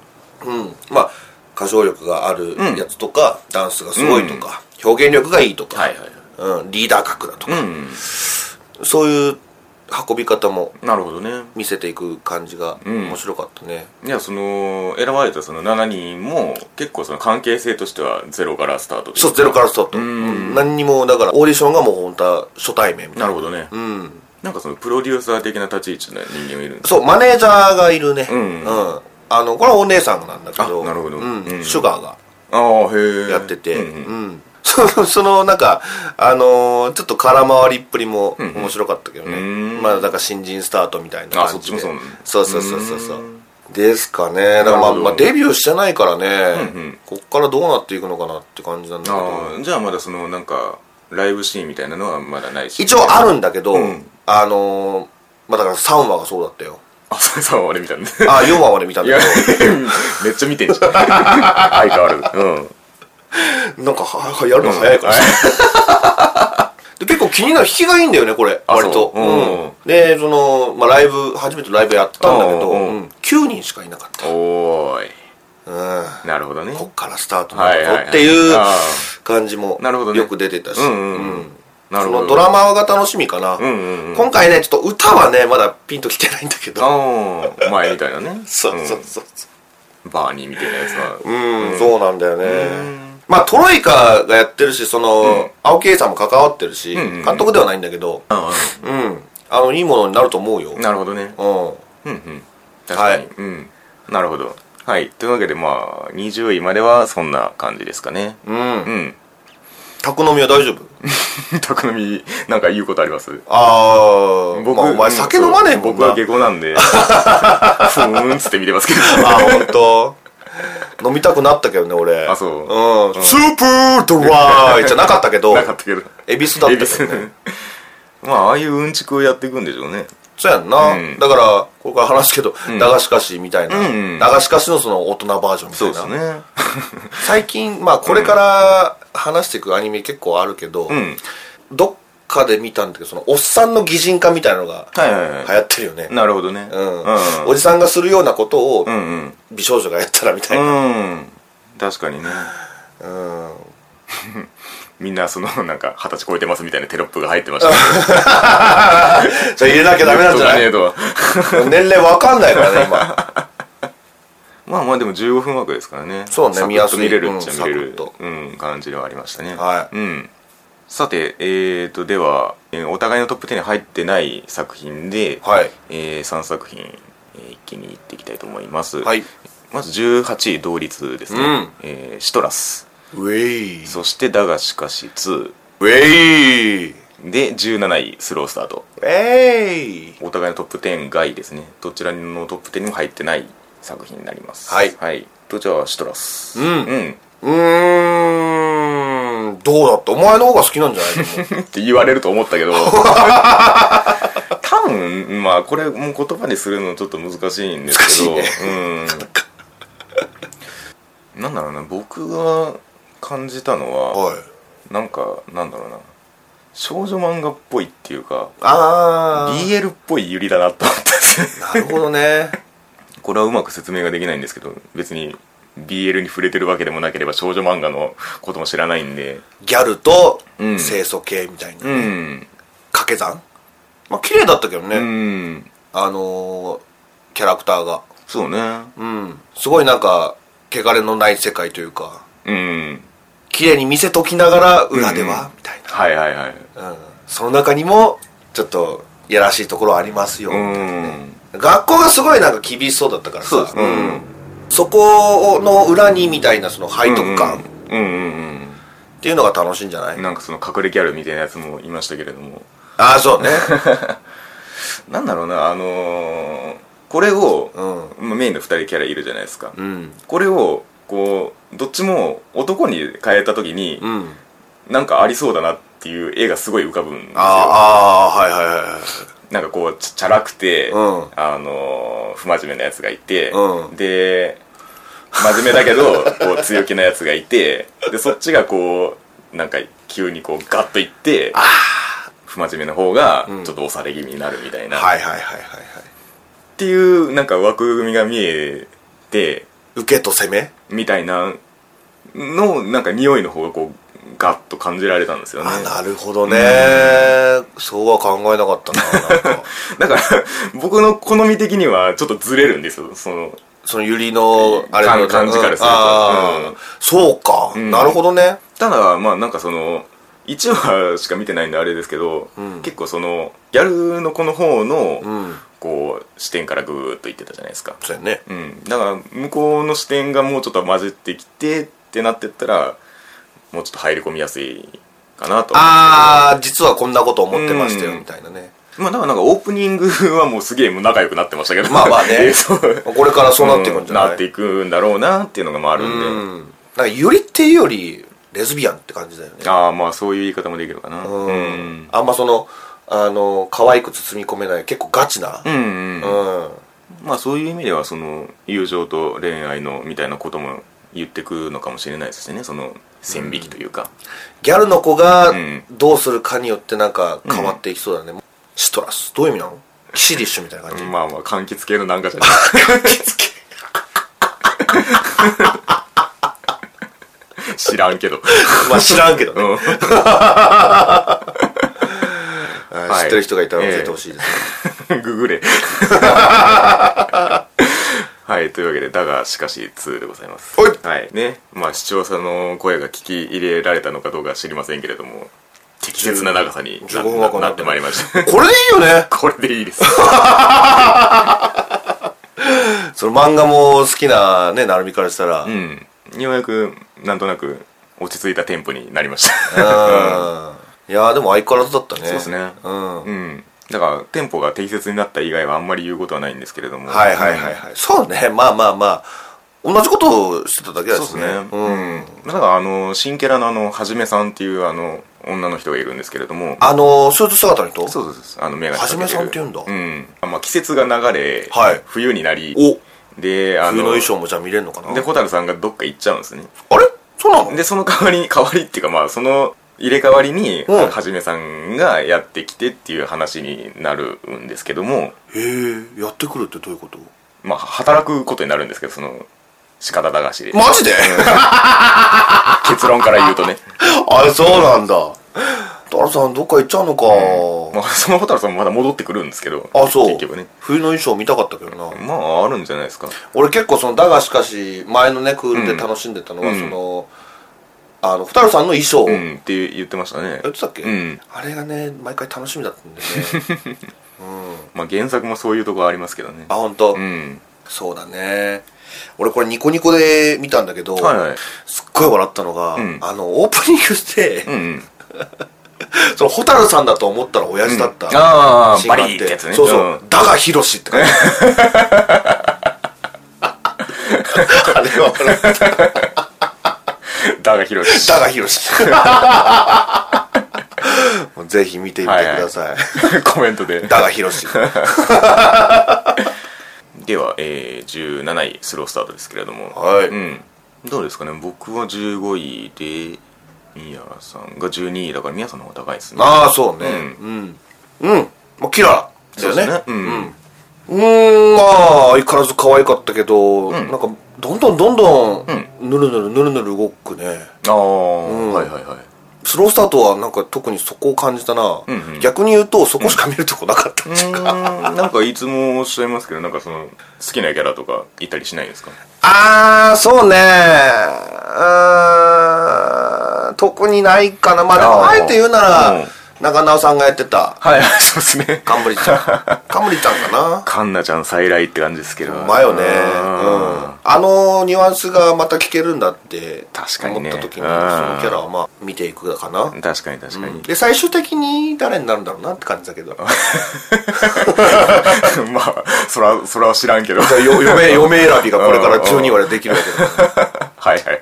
Speaker 2: うん、まあ歌唱力があるやつとか、ダンスがすごいとか、表現力がいいとか、
Speaker 1: はいはいはい
Speaker 2: うん、リーダー格だと
Speaker 1: う
Speaker 2: か、
Speaker 1: ん
Speaker 2: そういう運び方も
Speaker 1: うん。なるほどね。
Speaker 2: 見せていく感じが面白かったね、
Speaker 1: いや、その、選ばれたその7人も、結構その関係性としてはゼロからスタートで
Speaker 2: そうゼロからスタートうん何にもだからオーディションがもう本当は初対面みた
Speaker 1: な
Speaker 2: いな
Speaker 1: るほどね。
Speaker 2: うん
Speaker 1: なんかそのプロデューサー的な立ち位置の人間もいるんです
Speaker 2: そうマネージャーがいるね
Speaker 1: うん
Speaker 2: あのこれはお姉さんなんだけど
Speaker 1: あなるほど
Speaker 2: うん
Speaker 1: うん
Speaker 2: シュガーが
Speaker 1: ああ、へえ。
Speaker 2: やってて
Speaker 1: うんうん
Speaker 2: うん そのそのなんかあのーちょっと空回りっぷりも面白かったけどね、
Speaker 1: うん
Speaker 2: まあだから新人スタートみたいな感じで
Speaker 1: あそっちもそうなの
Speaker 2: そうそうそうそうそうですかねだから
Speaker 1: なる
Speaker 2: まあ、
Speaker 1: ほど
Speaker 2: まあ、デビューしてないからね、
Speaker 1: うんうん
Speaker 2: こっからどうなっていくのかなって感じなんだけど
Speaker 1: ああ、じゃあまだその、なんか、ライブシーンみたいなのはまだないし。
Speaker 2: 一応あるんだけど、
Speaker 1: うん
Speaker 2: あのーまあだから3話がそうだったよ
Speaker 1: あ、そうそう、あれ見たんで。
Speaker 2: あ4話まで見たん
Speaker 1: いや
Speaker 2: だ、
Speaker 1: めっちゃ見てんじゃ ん。相変わらず。うん。
Speaker 2: けどなんかははやるの早いから、で結構気になる引きがいいんだよねこれ
Speaker 1: あ
Speaker 2: 割と
Speaker 1: そううん
Speaker 2: んでその、まあ、ライブ初めてライブやったんだけど、
Speaker 1: うんうん
Speaker 2: うん9人しかいなかった、
Speaker 1: おーい。
Speaker 2: うん、
Speaker 1: なるほどね。
Speaker 2: こっからスタートなん
Speaker 1: はいはい
Speaker 2: だ
Speaker 1: はい
Speaker 2: ぞっていう
Speaker 1: あ
Speaker 2: 感じも
Speaker 1: なるほどね
Speaker 2: よく出てたし、
Speaker 1: うんうんうんなる
Speaker 2: そ
Speaker 1: ほど。
Speaker 2: のドラマが楽しみかな、
Speaker 1: うんうんうん。
Speaker 2: 今回ねちょっと歌はねまだピンときてないんだけど
Speaker 1: ああ、前みたいなね。
Speaker 2: そうそうそうそう
Speaker 1: うん。バーニーみたいなやつは。
Speaker 2: うん、そうなんだよ
Speaker 1: うん
Speaker 2: ね。まあ、トロイカがやってるし、その、青木 A さんも関わってるし、
Speaker 1: んうん
Speaker 2: 監督ではないんだけど、
Speaker 1: あ
Speaker 2: うん、あの、いいものになると思うよ。う
Speaker 1: あ
Speaker 2: ん。
Speaker 1: なるほどね。うんうん。確かに。
Speaker 2: はい
Speaker 1: うん。なるほど。はい。というわけで、まあ、20位まではそんな感じですかね。
Speaker 2: うん。
Speaker 1: うん。
Speaker 2: 宅飲みは大丈夫
Speaker 1: 宅飲み、なんか言うことあります
Speaker 2: あー、
Speaker 1: 僕、
Speaker 2: まあ、お前酒飲まねえもん
Speaker 1: 僕
Speaker 2: な。
Speaker 1: は下戸なん で、ふーんっつって見てますけど。
Speaker 2: あー、ほんと。 飲みたくなったけどね、俺。
Speaker 1: あそう
Speaker 2: うん。スープードライじゃなかったけど
Speaker 1: な、かったけど。
Speaker 2: 恵比寿だっ
Speaker 1: 恵
Speaker 2: た
Speaker 1: 比
Speaker 2: け
Speaker 1: 寿
Speaker 2: どね。
Speaker 1: まあ、ああいううんちくをやっていくんでしょうね。
Speaker 2: そうやんな。
Speaker 1: うん
Speaker 2: だから、これから話すけど、駄菓子菓子みたいな。
Speaker 1: うんうん
Speaker 2: 駄菓子菓子のその大人バージョンみたいな。
Speaker 1: ね。
Speaker 2: 最近まあこれから話していくアニメ結構あるけど、
Speaker 1: うん。
Speaker 2: どっかで見たんだけどそのおっさんの擬人化みたいなのが
Speaker 1: はいはい
Speaker 2: 流
Speaker 1: は
Speaker 2: 行ってるよね、
Speaker 1: い。なるほどね。
Speaker 2: うん
Speaker 1: う
Speaker 2: おじさんがするようなことを
Speaker 1: ん。うん
Speaker 2: 美少女がやったらみたいな、
Speaker 1: うん。うん。確かにね。
Speaker 2: うん
Speaker 1: みんな、その、 なんか、二十歳超えてますみたいなテロップが入ってま したけど。
Speaker 2: それ入れなきゃダメなんじゃ ない
Speaker 1: ネットがね
Speaker 2: 年齢わかんないからね
Speaker 1: えと
Speaker 2: 今
Speaker 1: はまあまあ、でも15分枠ですからね。
Speaker 2: そうね
Speaker 1: サクッと
Speaker 2: 見やすい
Speaker 1: 見れるっちゃ見れ
Speaker 2: うん
Speaker 1: る
Speaker 2: サクッ。
Speaker 1: うん、感じではありましたね。
Speaker 2: はい
Speaker 1: うん。さて、えーと、では、えーお互いのトップ10に入ってない作品で、
Speaker 2: はい
Speaker 1: え3作品、えー一気にいっていきたいと思います。
Speaker 2: はい
Speaker 1: まず18位同率ですね、
Speaker 2: うん
Speaker 1: えーシトラス
Speaker 2: ウェイ
Speaker 1: そして「だがしかし2
Speaker 2: ウェイウ」
Speaker 1: で17位スロースタート
Speaker 2: ェイ
Speaker 1: お互いのトップ10外ですねどちらのトップ10にも入ってない作品になります
Speaker 2: はい
Speaker 1: はい、とじゃあシトラス
Speaker 2: うん
Speaker 1: うん、
Speaker 2: うーんどうだってお前の方が好きなんじゃないと思う
Speaker 1: って言われると思ったけ ど多分まあこれもう言葉にするのちょっと難しいんですけど、
Speaker 2: 難
Speaker 1: うんなんだろうな僕が感じたの は、
Speaker 2: はい
Speaker 1: なんかなんだろうな少女漫画っぽいっていうか
Speaker 2: あ
Speaker 1: BL っぽいユリだなと思ったんですね
Speaker 2: あなるほどね
Speaker 1: これはうまく説明ができないんですけど別に BL に触れてるわけでもなければ少女漫画のことも知らないんで
Speaker 2: ギャルと
Speaker 1: うん
Speaker 2: 清楚系みたいな、
Speaker 1: う
Speaker 2: ね
Speaker 1: ん
Speaker 2: 掛け算まあ綺麗だったけどね、
Speaker 1: うん
Speaker 2: あのーキャラクターが
Speaker 1: そうね
Speaker 2: うんすごいなんか汚れのない世界というか
Speaker 1: うん
Speaker 2: 綺麗に見せときながら裏では、
Speaker 1: うん
Speaker 2: みたい
Speaker 1: はいはいはい
Speaker 2: な、うん、その中にもちょっとやらしいところありますよ、
Speaker 1: うん
Speaker 2: 学校がすごいなんか厳しそうだったからさ
Speaker 1: そうですね
Speaker 2: んそこの裏にみたいなその背徳感っ
Speaker 1: うんうんうん
Speaker 2: ていうのが楽しいんじゃない、
Speaker 1: うんなんかその隠れギャルみたいなやつもいましたけれども
Speaker 2: ああそうね
Speaker 1: なんだろうなあのーこれを、
Speaker 2: うん
Speaker 1: まあメインの2人キャラいるじゃないですか、
Speaker 2: うん
Speaker 1: これをこうどっちも男に変えた時に、
Speaker 2: うん
Speaker 1: なんかありそうだなっていう絵がすごい浮かぶんですよ
Speaker 2: あーあーはいはいはいはい
Speaker 1: なんかこうちゃチャラくて、
Speaker 2: うん
Speaker 1: あのー不真面目なやつがいて、
Speaker 2: うん
Speaker 1: で真面目だけどこう強気なやつがいてでそっちがこうなんか急にこうガッといって不真面目な方がちょっと押され気味になるみたいな、っ
Speaker 2: はいはいはいはいはい
Speaker 1: ていうなんか枠組みが見えて
Speaker 2: 受けと攻め
Speaker 1: みたいなのなんか匂いの方がこうガッと感じられたんですよね
Speaker 2: あなるほどね、そうは考えなかったななん か
Speaker 1: だから僕の好み的にはちょっとずれるんですよその
Speaker 2: そのユリのあれの
Speaker 1: 感感じからすると
Speaker 2: あー
Speaker 1: うん
Speaker 2: そうか、
Speaker 1: ん
Speaker 2: なるほどね
Speaker 1: ただまあなんかその1話しか見てないんであれですけど、
Speaker 2: ん
Speaker 1: 結構そのギャルの子の方の、
Speaker 2: うん
Speaker 1: こう視点からグーッといってたじゃないですか、
Speaker 2: そうやね
Speaker 1: うん、だから向こうの視点がもうちょっと混じってきてってなってったらもうちょっと入り込みやすいかなと
Speaker 2: ああ実はこんなこと思ってましたよ
Speaker 1: うん
Speaker 2: みたいなね、
Speaker 1: まあだからなんかオープニングはもうすげえもう仲良くなってましたけど
Speaker 2: まあまあね
Speaker 1: え そう
Speaker 2: これからそうなっていくんじゃない、
Speaker 1: うなっていくんだろうなっていうのがまああるんで、
Speaker 2: うんなんかユリっていうよりレズビアンって感じだよね
Speaker 1: ああまあそういう言い方もできるかな
Speaker 2: う
Speaker 1: うんん、
Speaker 2: あんまそのあの可愛く包み込めない結構ガチな
Speaker 1: うんうん
Speaker 2: うん、
Speaker 1: まあそういう意味ではその友情と恋愛のみたいなことも言ってくのかもしれないですしねその線引きというか、
Speaker 2: ギャルの子が
Speaker 1: ん
Speaker 2: どうするかによってなんか変わっていきそうだね、シトラスどういう意味 なのキシリッシュみたいな感じ、
Speaker 1: まあまあ柑橘系のなんかじゃない 知らんけど、
Speaker 2: まあ知らんけど
Speaker 1: う
Speaker 2: ね、
Speaker 1: ん、
Speaker 2: はい知ってる人がいたら教えてほしいですね、
Speaker 1: ググれはいというわけで「だがしかし2」でございます
Speaker 2: はい
Speaker 1: ねまあ視聴者の声が聞き入れられたのかどうかは知りませんけれども適切な長さにな
Speaker 2: 15分はこ
Speaker 1: な
Speaker 2: の
Speaker 1: なっ
Speaker 2: 後
Speaker 1: てまいりました
Speaker 2: これでいいよね
Speaker 1: これでいいです
Speaker 2: その漫画も好きなね成美からしたら、う
Speaker 1: うんんようやくなんとなく落ち着いたテンポになりました
Speaker 2: いやーでも相変わらずだったね
Speaker 1: そうですね
Speaker 2: うん、
Speaker 1: うんだからテンポが適切になった以外はあんまり言うことはないんですけれども
Speaker 2: はいはいはいはい。そうね。まあまあまあ。同じことをしてただけだ
Speaker 1: そうです
Speaker 2: し
Speaker 1: ね
Speaker 2: ね。うん。
Speaker 1: うんだからあの新キャラのあのはじめさんっていうあの女の人がいるんですけれども
Speaker 2: あの、スーツ姿の人
Speaker 1: そうそうそうあの目が
Speaker 2: はじめさんって言うんだ
Speaker 1: うんまあ、季節が流れ、
Speaker 2: はい
Speaker 1: 冬になり
Speaker 2: お
Speaker 1: であ
Speaker 2: 冬
Speaker 1: の
Speaker 2: の衣装もじゃあ見れるのかなあ
Speaker 1: で
Speaker 2: れ
Speaker 1: 蛍さんがどっか行っちゃうんですね
Speaker 2: そうなの
Speaker 1: でその代わりに代わりっていうかまあその入れ替わりに、
Speaker 2: うん
Speaker 1: はじめさんがやってきてっていう話になるんですけども
Speaker 2: へえ、やってくるってどういうこと
Speaker 1: まあ働くことになるんですけどその仕方駄菓子で、
Speaker 2: マジで
Speaker 1: 結論から言うとね、
Speaker 2: あれ、そうなんだ。ダラさん、どっか行っちゃうのか。
Speaker 1: まあ、その蛍さんもまだ戻ってくるんですけど
Speaker 2: あ、そう
Speaker 1: 結局ね。
Speaker 2: 冬の衣装見たかったけどな。
Speaker 1: まああるんじゃないですか
Speaker 2: 俺結構その、だがしかし、前のね、クールで楽しんでたのは、
Speaker 1: うん
Speaker 2: その、あの、ふたるさんの衣装を
Speaker 1: う
Speaker 2: や
Speaker 1: んって言ってましたね
Speaker 2: ってたっけ
Speaker 1: うん
Speaker 2: あれがね、毎回楽しみだったんでね。
Speaker 1: まあ原作もそういうとこありますけどね
Speaker 2: あ、ほんと
Speaker 1: う。ん
Speaker 2: そうだね俺これニコニコで見たんだけど、
Speaker 1: はいはい
Speaker 2: すっごい笑ったのが、
Speaker 1: うん
Speaker 2: あのオープニングで、
Speaker 1: うんうん
Speaker 2: その蛍さんだと思ったら親父だった、
Speaker 1: ああ
Speaker 2: シーン
Speaker 1: バ
Speaker 2: があ
Speaker 1: リーってやつね
Speaker 2: そうそう、だがヒロシって感じ あれは笑った
Speaker 1: うんだが広い
Speaker 2: だがヒロシ もうぜひ見てみてください、
Speaker 1: コメントで
Speaker 2: だがヒ ロシは
Speaker 1: では、えー、17位スロースタートですけれども、
Speaker 2: はい
Speaker 1: うん、どうですかね僕は15位で宮さんが12位だから宮さんの方が高いですね
Speaker 2: ああそうねうんうん、まあ、キララだよね
Speaker 1: そうですねうん
Speaker 2: うーんまあ相変わらず可愛かったけど、なんかどんどんどんどんぬるぬるぬるぬる動くね
Speaker 1: ああ、はいはいはい
Speaker 2: スロースタートはなんか特にそこを感じたな、
Speaker 1: んうん
Speaker 2: 逆に言うとそこしか見るとこなかった、
Speaker 1: うーんなんかいつもおっしゃいますけどなんかその好きなキャラとかいたりしないですか
Speaker 2: ああそうねうーん特にないかなまあで
Speaker 1: あ
Speaker 2: も
Speaker 1: ー
Speaker 2: あえて言うなら、
Speaker 1: うん
Speaker 2: 中直さんがやってた
Speaker 1: はいそうですね
Speaker 2: カンブ リち ゃんカンブリちゃんかな
Speaker 1: カンナちゃん再来って感じですけど
Speaker 2: うまいよね、うん、
Speaker 1: うん
Speaker 2: あのニュアンスがまた聞けるんだって
Speaker 1: 確か
Speaker 2: 思
Speaker 1: に
Speaker 2: っ
Speaker 1: ね
Speaker 2: た時にそのキ
Speaker 1: うん
Speaker 2: ャラはまあ見ていくかな、
Speaker 1: 確かに確かに、
Speaker 2: で最終的に誰になるんだろうなって感じだ けど
Speaker 1: まあそらそらは知らんけどはい
Speaker 2: よ 嫁嫁選びがこれから12割できるわけだから
Speaker 1: はい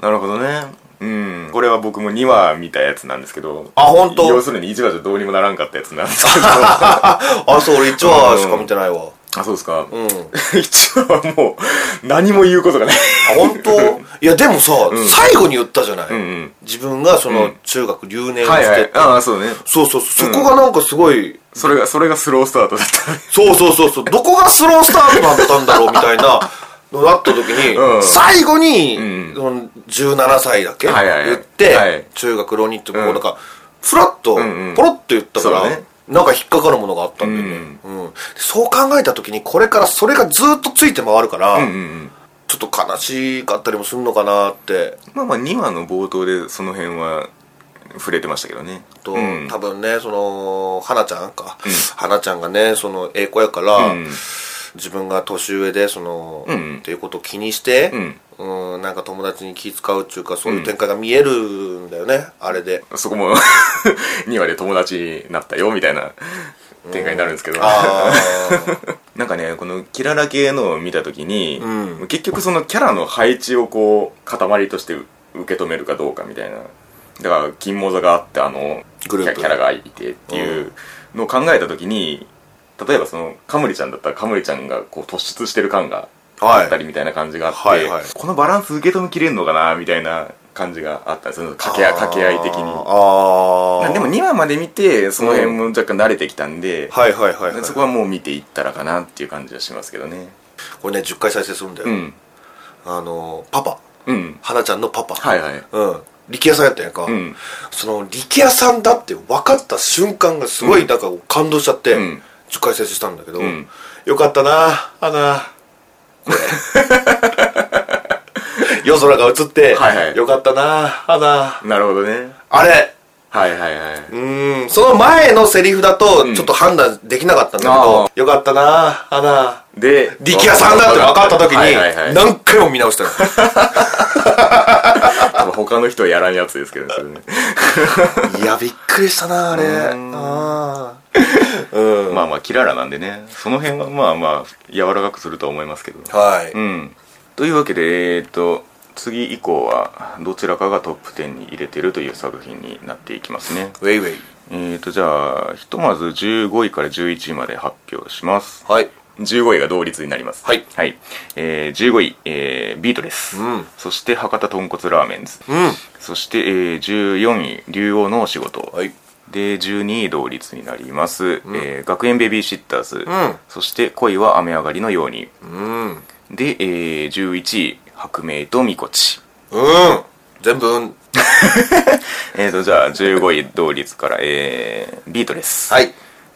Speaker 1: なるほどねうんこれは僕も2話見たやつなんですけど
Speaker 2: あ本当
Speaker 1: 要するに1話じゃどうにもならんかったやつなんです けど
Speaker 2: あそう俺1話しか見てないわ
Speaker 1: あそうですか、
Speaker 2: うん
Speaker 1: 1話はもう何も言うことがない
Speaker 2: あ本当 いやでもさ、最後に言ったじゃない、
Speaker 1: ん
Speaker 2: 自分がその中学留年をして、
Speaker 1: はいはいああそうね
Speaker 2: そうそうそうそこがなんかすごい、
Speaker 1: それがそれがスロースタートだったね
Speaker 2: そうそうそうそうどこがスロースタートだったんだろうみた いなのがあった時に、
Speaker 1: うん
Speaker 2: 最後に、
Speaker 1: ん
Speaker 2: その17歳だっけ、
Speaker 1: はいはいはい
Speaker 2: 言って、
Speaker 1: はい
Speaker 2: 中学浪人ってこうなんんか、フラッ
Speaker 1: ん
Speaker 2: と
Speaker 1: うん
Speaker 2: ポロッと言ったから、
Speaker 1: そうだね
Speaker 2: なんか引っかかるものがあったんだよね、うんそう考えた時にこれからそれがずっとついて回るから、
Speaker 1: うんうん
Speaker 2: ちょっと悲しかったりもするのかなって
Speaker 1: まあまあ2話の冒頭でその辺は触れてましたけどね
Speaker 2: と、
Speaker 1: うん
Speaker 2: 多分ねその花ちゃんか、花ちゃんがねそのええ子やから、
Speaker 1: うん
Speaker 2: 自分が年上でその、
Speaker 1: うんうん
Speaker 2: っていうことを気にして、うん、なんか友達に気使うっていうかそういう展開が見えるんだよね、あれで
Speaker 1: そこも 2話で友達になったよみたいな展開になるんですけど、
Speaker 2: あ あ
Speaker 1: なんかねこのキララ系のを見た時に、
Speaker 2: うん
Speaker 1: 結局そのキャラの配置をこう塊として受け止めるかどうかみたいなだから金モザがあってあの
Speaker 2: グループ
Speaker 1: キャキャラがいてっていうのを考えた時に例えばそのカムリちゃんだったらカムリちゃんがこう突出してる感があったりみたいな感じがあって、
Speaker 2: はいはいはい
Speaker 1: このバランス受け止めきれるのかなみたいな感じがあったんですよ掛け合い掛け合い的に
Speaker 2: あーあー
Speaker 1: でも2話まで見てその辺も若干慣れてきたんで、
Speaker 2: はいはいはい、はい、
Speaker 1: そこはもう見ていったらかなっていう感じはしますけどね
Speaker 2: これね10回再生するんだよ、
Speaker 1: うん
Speaker 2: あのパパ
Speaker 1: うん
Speaker 2: 花ちゃんのパパ
Speaker 1: はいはい
Speaker 2: うん力也さんやったやんか、
Speaker 1: ん
Speaker 2: その力也さんだって分かった瞬間がすごいなんか感動しちゃって、
Speaker 1: うん
Speaker 2: 10回再生したんだけど、
Speaker 1: ん
Speaker 2: よかったな花これ夜空が映って、
Speaker 1: はいはい
Speaker 2: よかったな花
Speaker 1: なるほどね
Speaker 2: あれ
Speaker 1: はいはいはいう
Speaker 2: ーんその前のセリフだとちょっと判断できなかったんだけど、
Speaker 1: ああ
Speaker 2: よかったな花
Speaker 1: で
Speaker 2: 力也さんだって分かった時
Speaker 1: はいはいはい
Speaker 2: に何回も見直した よ
Speaker 1: 多分他の人はやらんやつですけどねそれね
Speaker 2: いやびっくりしたなあれ
Speaker 1: うん
Speaker 2: あ
Speaker 1: まあまあキララなんでねその辺はまあまあ柔らかくするとは思いますけど
Speaker 2: あはい、
Speaker 1: うんというわけでえっ、と次以降はどちらかがトップ10に入れてるという作品になっていきますね
Speaker 2: ウェイウェイ
Speaker 1: えーとじゃあひとまず15位から11位まで発表します
Speaker 2: はい
Speaker 1: 15位が同率になります
Speaker 2: はい
Speaker 1: えー15位、えービートです、
Speaker 2: うん
Speaker 1: そして博多豚骨ラーメンズ、
Speaker 2: うん
Speaker 1: そして、えー14位竜王のお仕事、
Speaker 2: はい
Speaker 1: で12位同率になります、えー学園ベビーシッターズ、そして恋は雨上がりのように
Speaker 2: うんうん
Speaker 1: で、えー11位白明とみこち
Speaker 2: 全部うん
Speaker 1: えーとじゃあ15位同率から、えービートです
Speaker 2: はい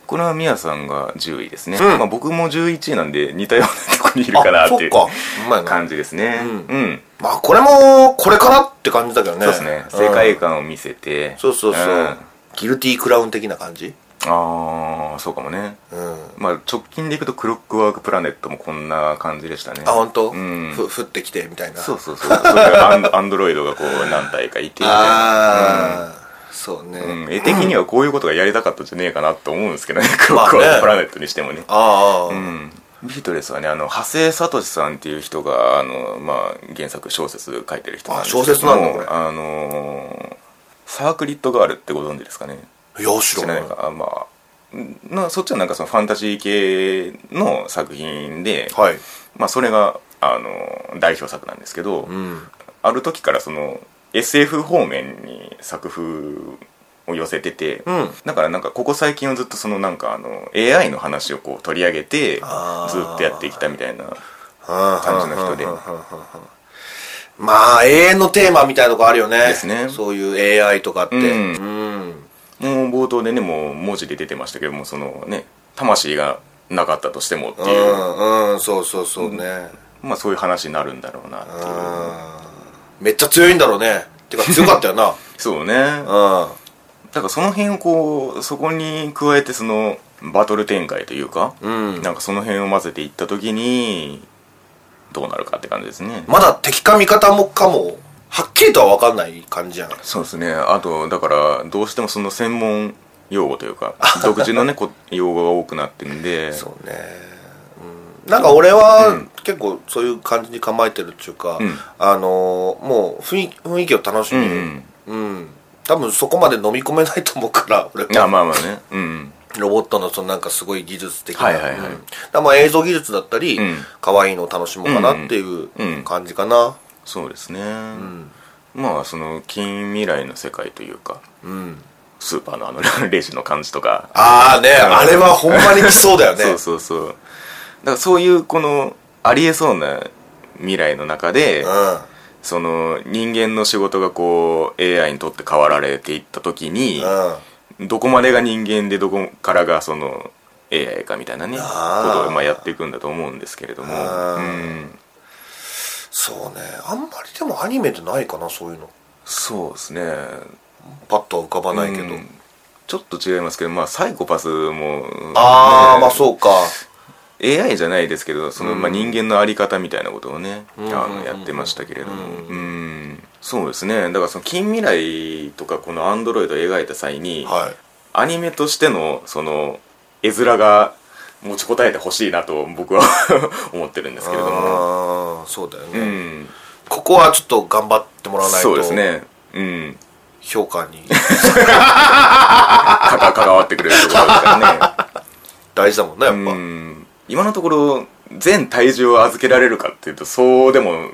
Speaker 1: これはミヤさんが10位ですね、
Speaker 2: うん
Speaker 1: まあ、僕も11位なんで似たようなとこにいるかなっていう
Speaker 2: あそっかうまいな
Speaker 1: 感じですねうん、
Speaker 2: まあこれもこれからって感じだけどね
Speaker 1: そうですね
Speaker 2: ん
Speaker 1: 世界観を見せて、
Speaker 2: そうそうそう、
Speaker 1: ん
Speaker 2: ギルティークラウン的な感じ
Speaker 1: ああそうかもね
Speaker 2: うんあ
Speaker 1: まあ直近でいくとクロックワークプラネットもこんな感じでしたね
Speaker 2: 本当、
Speaker 1: うん
Speaker 2: ふ降ってきてみたいな
Speaker 1: そうそうそうそれがアンアンドロイドがこう何体かいてみたいな
Speaker 2: ああ、そうね、
Speaker 1: うん、絵的にはこういうことがやりたかったんじゃねえかなと思うんですけどね、クロックワ
Speaker 2: まあ
Speaker 1: ーク
Speaker 2: ね
Speaker 1: プラネットにしてもね
Speaker 2: あ
Speaker 1: う
Speaker 2: あ、
Speaker 1: んビートレスはねあの長谷聡さんっていう人があの、まあ、原作小説書いてる人なんですけども
Speaker 2: あ小説なんだこれ
Speaker 1: あのーサークリットガールってご存知ですかね
Speaker 2: いや知
Speaker 1: 知
Speaker 2: ら
Speaker 1: らな
Speaker 2: な
Speaker 1: いいかあまあんなそっちはなんかそのファンタジー系の作品で、
Speaker 2: はい
Speaker 1: まあ、それがあの代表作なんですけど、
Speaker 2: うん
Speaker 1: ある時からその SF 方面に作風を寄せてて、
Speaker 2: ん
Speaker 1: だからなんかここ最近はずっとそのなんかあの AI の話をこう取り上げてずっ
Speaker 2: あー
Speaker 1: とやってきたみたいな
Speaker 2: 感
Speaker 1: 感じの人で
Speaker 2: まあ永遠のテーマみたいなとこあるよね
Speaker 1: ですね
Speaker 2: そういう AI とかって
Speaker 1: う
Speaker 2: うん
Speaker 1: もう冒頭でねもう文字で出てましたけどもそのね魂がなかったとしてもって
Speaker 2: う
Speaker 1: いう、
Speaker 2: んうんそうそうそうね
Speaker 1: まあそういう話になるんだろうなっていう
Speaker 2: めっちゃ強いんだろうねてか強かった よな
Speaker 1: そうねだか
Speaker 2: うん
Speaker 1: らその辺をこうそこに加えてそのバトル展開というか、
Speaker 2: うん
Speaker 1: なんかその辺を混ぜていった時にどうなるかって感じですね、
Speaker 2: まだ敵か味方もかもはっきりとは分かんない感じじゃない
Speaker 1: そうですねあとだからどうしてもその専門用語という か独自のねこ用語が多くなってるんで
Speaker 2: そうね、うん、なんか俺は結構そういう感じに構えてるっていうか、
Speaker 1: うん
Speaker 2: あのーもう雰囲雰囲気を楽しむ、
Speaker 1: うん
Speaker 2: うん多分そこまで飲み込めないと思うから 俺
Speaker 1: あ
Speaker 2: は
Speaker 1: まあまあねうん
Speaker 2: ロボットのそのなんかすごい技術的な、
Speaker 1: はいはいはい
Speaker 2: うんだからまあ映像技術だったり、
Speaker 1: うん
Speaker 2: 可愛いのを楽しもうかなっていう
Speaker 1: うん
Speaker 2: 感じかな
Speaker 1: そうですね、まあその近未来の世界というか
Speaker 2: うん、
Speaker 1: スーパーのあ のレジの感じとか
Speaker 2: ああねあれはほんまに来そうだよ ね
Speaker 1: そうそうそうだからそういうこのありえそうな未来の中で、その人間の仕事がこう AI にとって変わられていった時に、
Speaker 2: うんうん
Speaker 1: どこまでが人間でどこからがその AI かみたいなねこ
Speaker 2: あー
Speaker 1: とをまあやっていくんだと思うんですけれども、
Speaker 2: あ
Speaker 1: う
Speaker 2: ー
Speaker 1: ん、
Speaker 2: そうねあんまりでもアニメでないかなそういうの
Speaker 1: そうですね
Speaker 2: パッとは浮かばないけど、
Speaker 1: うんちょっと違いますけど、まあ、サイコパスも
Speaker 2: ああ、まあ
Speaker 1: う
Speaker 2: そうか
Speaker 1: AI じゃないですけどその、
Speaker 2: うん
Speaker 1: まあ、人間の在り方みたいなことをね、
Speaker 2: ん
Speaker 1: あ
Speaker 2: うんうん
Speaker 1: のやってましたけれども、
Speaker 2: う
Speaker 1: う
Speaker 2: ん
Speaker 1: んそうですねだからその近未来とかこのアンドロイドを描いた際に、
Speaker 2: はい
Speaker 1: アニメとしてのその絵面が持ちこたえてほしいなと僕は 思ってるんですけれども、
Speaker 2: ああそうだよね、
Speaker 1: うん、
Speaker 2: ここはちょっと頑張ってもらわない
Speaker 1: そう
Speaker 2: と
Speaker 1: ですねうん
Speaker 2: 評価に
Speaker 1: かか関わってくれるところですから
Speaker 2: 大事だもんねやっ
Speaker 1: ね、
Speaker 2: ぱ、
Speaker 1: うん、今のところ全体重を預けられるかっていうとそうでも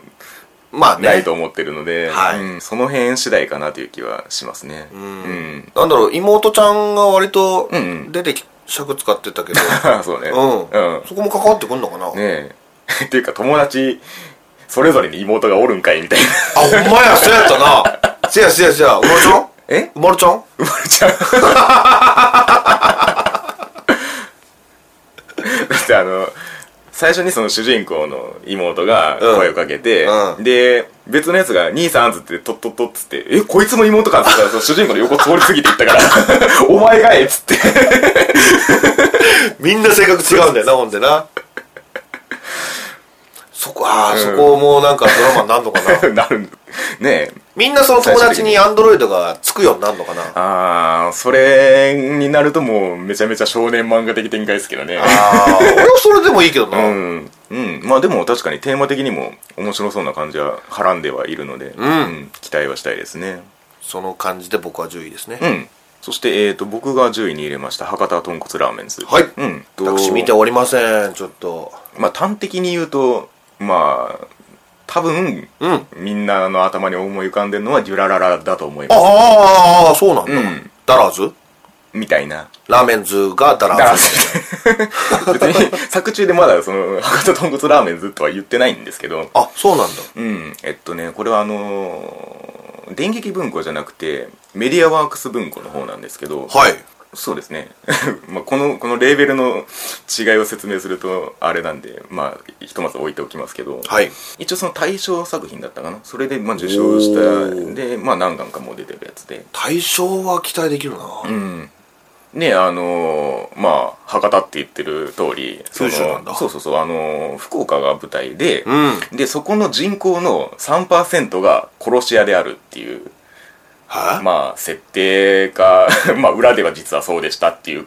Speaker 2: まあね
Speaker 1: ないと思ってるので、
Speaker 2: はい
Speaker 1: うんその辺次第かなという気はしますねうん
Speaker 2: なんだろう妹ちゃんが割と
Speaker 1: うんうん
Speaker 2: 出てき尺使ってたけど
Speaker 1: そうね
Speaker 2: うん、
Speaker 1: うん
Speaker 2: そこも関わってくんのかな、
Speaker 1: ねえ っていうか友達それぞれに妹がおるんかいみ たいな
Speaker 2: あほんまやそうやったなせやせやせやうまるちゃん
Speaker 1: え
Speaker 2: うまるちゃん
Speaker 1: 生まれちゃう だってあの最初にその主人公の妹が声をかけて、
Speaker 2: うんうん
Speaker 1: で別のやつが「兄さん」っつって「とっとっと」っつって「えこいつも妹か」っつったらその主人公の横通り過ぎていったから 「お前かい」っつって
Speaker 2: みんな性格違うんだよなほんでなそこああ、
Speaker 1: うん
Speaker 2: そこもなんかドラマになんのかな
Speaker 1: なるんねえ
Speaker 2: みんなその友達にアンドロイドがつくようになるのかな
Speaker 1: ああそれになるともうめちゃめちゃ少年漫画的展開ですけどね
Speaker 2: ああ俺はそれでもいいけどな、
Speaker 1: うん、うん、まあでも確かにテーマ的にも面白そうな感じははらんではいるので、
Speaker 2: ん
Speaker 1: 期待はしたいですね
Speaker 2: その感じで僕は10位ですね、
Speaker 1: うんそして、えー、と僕が10位に入れました博多豚骨ラーメンズ
Speaker 2: はい
Speaker 1: うん、と
Speaker 2: 私見ておりませんちょっと
Speaker 1: まあ端的に言うとまあ多分、
Speaker 2: うん
Speaker 1: みんなの頭に思い浮かんでるのはデュラララだと思います
Speaker 2: ああそうなんだ、
Speaker 1: うん
Speaker 2: ダラーズ
Speaker 1: みたいな
Speaker 2: ラーメンズがダラーズ
Speaker 1: だ別に作中でまだその博多豚骨ラーメンズとは言ってないんですけど
Speaker 2: あそうなんだ
Speaker 1: うん、えっとね、これはあのー電撃文庫じゃなくて、メディアワークス文庫の方なんですけど、
Speaker 2: はい
Speaker 1: そうですね。 まあ、この、このレーベルの違いを説明すると、あれなんで、まあ、ひとまず置いておきますけど、
Speaker 2: はい
Speaker 1: 一応その大賞作品だったかな。それで、まあ、受賞した、
Speaker 2: お
Speaker 1: で、まあ、何巻かもう出てるやつで、
Speaker 2: 対象は期待できるな、
Speaker 1: うん。ねあのーまあ、博多って言ってる通り、その
Speaker 2: 九州なんだ
Speaker 1: そうそうそう、あのー福岡が舞台で、
Speaker 2: うん
Speaker 1: でそこの人口の3%が殺し屋であるっていう
Speaker 2: は
Speaker 1: まあ設定か まあ裏では実はそうでしたっていう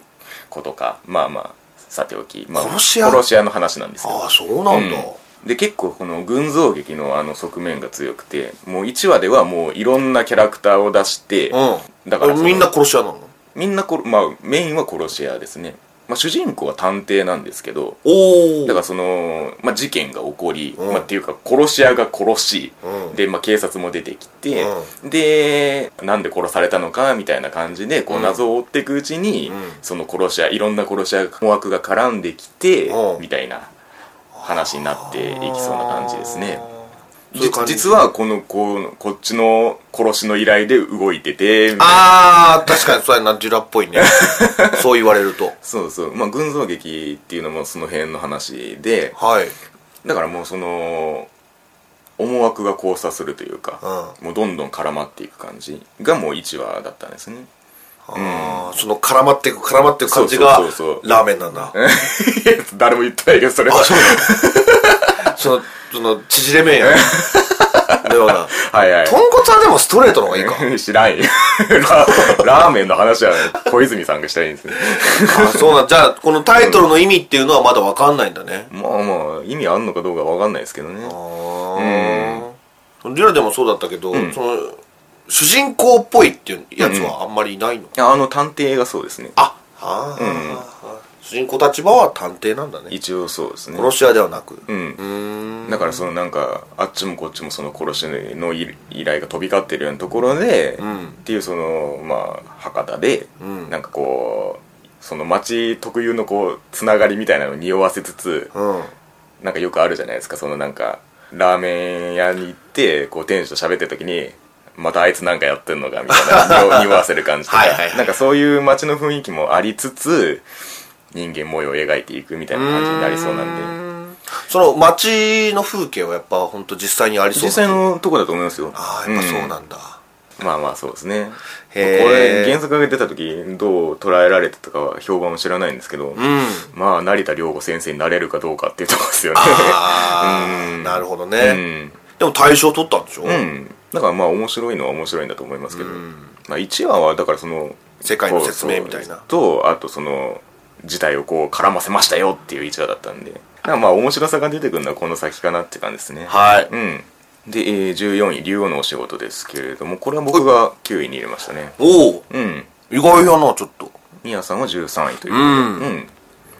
Speaker 1: ことかまあまあさておき、まあ、
Speaker 2: 殺し屋
Speaker 1: 殺し屋の話なんですけど
Speaker 2: ああそうなんだ、
Speaker 1: うんで結構この群像劇のあの側面が強くてもう1話ではもういろんなキャラクターを出して、
Speaker 2: うん、
Speaker 1: だからその
Speaker 2: みんな殺し屋なの
Speaker 1: みんなこまあメインは殺し屋ですねまあ、主人公は探偵なんですけど
Speaker 2: おお
Speaker 1: だからその、まあ、事件が起こり、
Speaker 2: うん
Speaker 1: まあ、っていうか殺し屋が殺し、
Speaker 2: うん
Speaker 1: で、まあ、警察も出てきて、
Speaker 2: う
Speaker 1: でなんで殺されたのかみたいな感じでこ
Speaker 2: う
Speaker 1: うん謎を追っていくうちに、
Speaker 2: ん
Speaker 1: その殺し屋いろんな殺し屋が思惑が絡んできて、
Speaker 2: うん
Speaker 1: みたいな話になっていきそうな感じですね。
Speaker 2: そういう感じ
Speaker 1: じ実はこのこうこっちの殺しの依頼で動いててみたいな
Speaker 2: ああ確かにそれはナジュラっぽ いねそう言われると
Speaker 1: そうそうまあ群像劇っていうのもその辺の話で
Speaker 2: はい
Speaker 1: だからもうその思惑が交差するというか、もうどんどん絡まっていく感じがもう1話だったんですね
Speaker 2: あーその絡まっていく絡まっていく感じが
Speaker 1: そうそうそうそう
Speaker 2: ラーメンなんだ
Speaker 1: 誰も言ってないけどそれは
Speaker 2: あそう なのそのその縮れ麺やねだから
Speaker 1: はいはい
Speaker 2: 豚骨はでもストレートの方が いいか
Speaker 1: 知らんよララーメンの話は小泉さんがしたいんですね
Speaker 2: あそうなんじゃあこのタイトルの意味っていうのはまだわかんないんだね
Speaker 1: まあまあ意味あんのかどうかわかんないですけどね
Speaker 2: ああリラでもそうだったけど、その主人公っぽいっていうやつはあんまりいないの、
Speaker 1: あの探偵がそうですね
Speaker 2: ああー、主人公立場は探偵なんだね
Speaker 1: 一応そうですね
Speaker 2: 殺し屋ではなく
Speaker 1: うん
Speaker 2: うーん
Speaker 1: だからそのなんかあっちもこっちもその殺しの依頼が飛び交ってるようなところで、
Speaker 2: ん
Speaker 1: っていうそのまあ博多で、
Speaker 2: ん
Speaker 1: なんかこうその町特有のこうつながりみたいなのを匂わせつつ、
Speaker 2: うん
Speaker 1: なんかよくあるじゃないですかそのなんかラーメン屋に行ってこう店主と喋ってる時にまたあいつなんかやってんのかみたいな 匂匂わせる感じとか
Speaker 2: はいはいはい
Speaker 1: なんかそういう街の雰囲気もありつつ人間模様を描いていくみたいな感じになりそうなんで。
Speaker 2: その街の風景はやっぱ本当実際にありそう
Speaker 1: 実際のとこだと思いますよ
Speaker 2: ああやっぱそうなんだ、
Speaker 1: まあまあそうですねこ
Speaker 2: へ
Speaker 1: れ
Speaker 2: ー
Speaker 1: 原作が出た時どう捉えられてたかは評判も知らないんですけど、
Speaker 2: うん
Speaker 1: まあ成田涼子先生になれるかどうかっていうとこですよね
Speaker 2: ああなるほど
Speaker 1: う
Speaker 2: ね、
Speaker 1: ん、
Speaker 2: でも大賞取ったんでしょ、
Speaker 1: うん、だからまあ面白いのは面白いんだと思いますけど、まあ、1話はだからその
Speaker 2: 世界の説明みたい
Speaker 1: そうそ
Speaker 2: な
Speaker 1: うとあとその事態をこう絡ませましたよっていう1話だったんでだからまあ面白さが出てくるのはこの先かなって感じですね
Speaker 2: はい、
Speaker 1: うんで、えー14位竜王のお仕事ですけれどもこれは僕が9位に入れましたね
Speaker 2: おお
Speaker 1: うん
Speaker 2: 意外やなちょっと
Speaker 1: ミヤさんは13位ということで、
Speaker 2: うん
Speaker 1: うん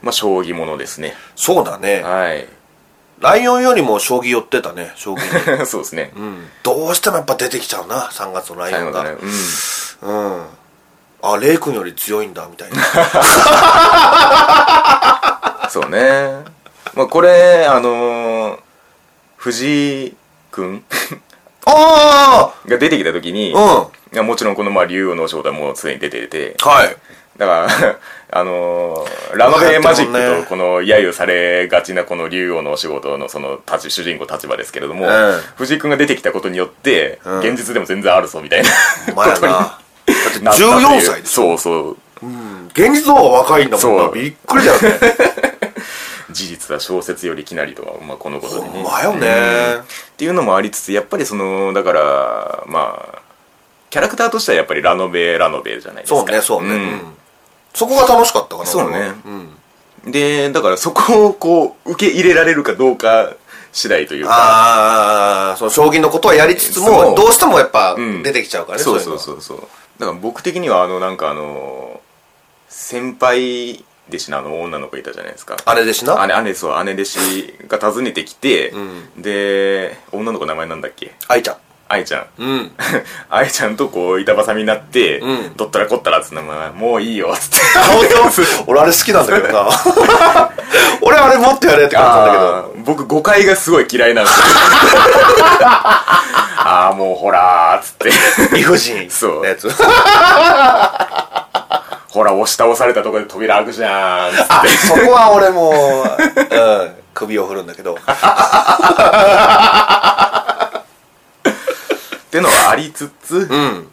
Speaker 1: まあ将棋ものですね
Speaker 2: そうだね
Speaker 1: はい
Speaker 2: ライオンよりも将棋寄ってたね将棋に
Speaker 1: そうですね、
Speaker 2: うんどうしてもやっぱ出てきちゃうな3月のライ
Speaker 1: 最後
Speaker 2: オンが、
Speaker 1: だね、うん、
Speaker 2: うんあレイ君より強いんだみたいな
Speaker 1: そうね。まあ、これ、あのー藤井くん
Speaker 2: あ
Speaker 1: が出てきたときに、
Speaker 2: あ
Speaker 1: いやもちろんこの、まあ、竜王の仕事はもう常に出てて、
Speaker 2: うんはい
Speaker 1: だから、 あのーラノベマジ
Speaker 2: 流行ってる
Speaker 1: ッ
Speaker 2: も
Speaker 1: ク
Speaker 2: んね
Speaker 1: と、この、揶揄されがちなこの竜王のお仕事の、その、立ち主人公立場ですけれども、
Speaker 2: うん
Speaker 1: 藤井くんが出てきたことによって、
Speaker 2: うん
Speaker 1: 現実でも全然あるぞ、みたいな。
Speaker 2: お前やなだって
Speaker 1: なったっていう
Speaker 2: 14歳でしょ
Speaker 1: そうそう。
Speaker 2: 現実の方が若いんだもんな
Speaker 1: そう
Speaker 2: びっくりだよね
Speaker 1: 事実は小説よりきなりとは、まあ、このことで
Speaker 2: ほ
Speaker 1: ね。
Speaker 2: んまよね
Speaker 1: っていうのもありつつやっぱりそのだからまあキャラクターとしてはやっぱりラノベラノベじゃないですか
Speaker 2: そうねそうね、
Speaker 1: ん
Speaker 2: うんそこが楽しかったかな
Speaker 1: そうね
Speaker 2: ん
Speaker 1: でだからそこをこう受け入れられるかどうか次第というか
Speaker 2: ああその将棋のことはやりつつ
Speaker 1: そ
Speaker 2: も
Speaker 1: う
Speaker 2: どうしてもやっぱ
Speaker 1: うん
Speaker 2: 出てきちゃうからね、
Speaker 1: そうそう
Speaker 2: う
Speaker 1: そうそうだから僕的にはあのなんかあの先輩弟子のあの女の子いたじゃないですか
Speaker 2: あれでしな
Speaker 1: 姉姉そう姉弟子が訪ねてきて、
Speaker 2: う
Speaker 1: で女の子名前なんだっけ
Speaker 2: あいちゃん
Speaker 1: 愛ちゃん
Speaker 2: うん
Speaker 1: 愛ちゃんとこう板挟みになって、
Speaker 2: うん
Speaker 1: どったらこったらっつって名前もういいよっつって
Speaker 2: 顔と俺あれ好きなんだけどな俺あれもっとやれって感じなんだけど
Speaker 1: あー僕誤解がすごい嫌いなんです よああもうほらーっつって
Speaker 2: 理不尽
Speaker 1: そう
Speaker 2: なやつ
Speaker 1: ほら押し倒されたとこで扉開くじゃんっつって
Speaker 2: あそこは俺も、うん、首を振るんだけど
Speaker 1: ってのはありつつ、
Speaker 2: うん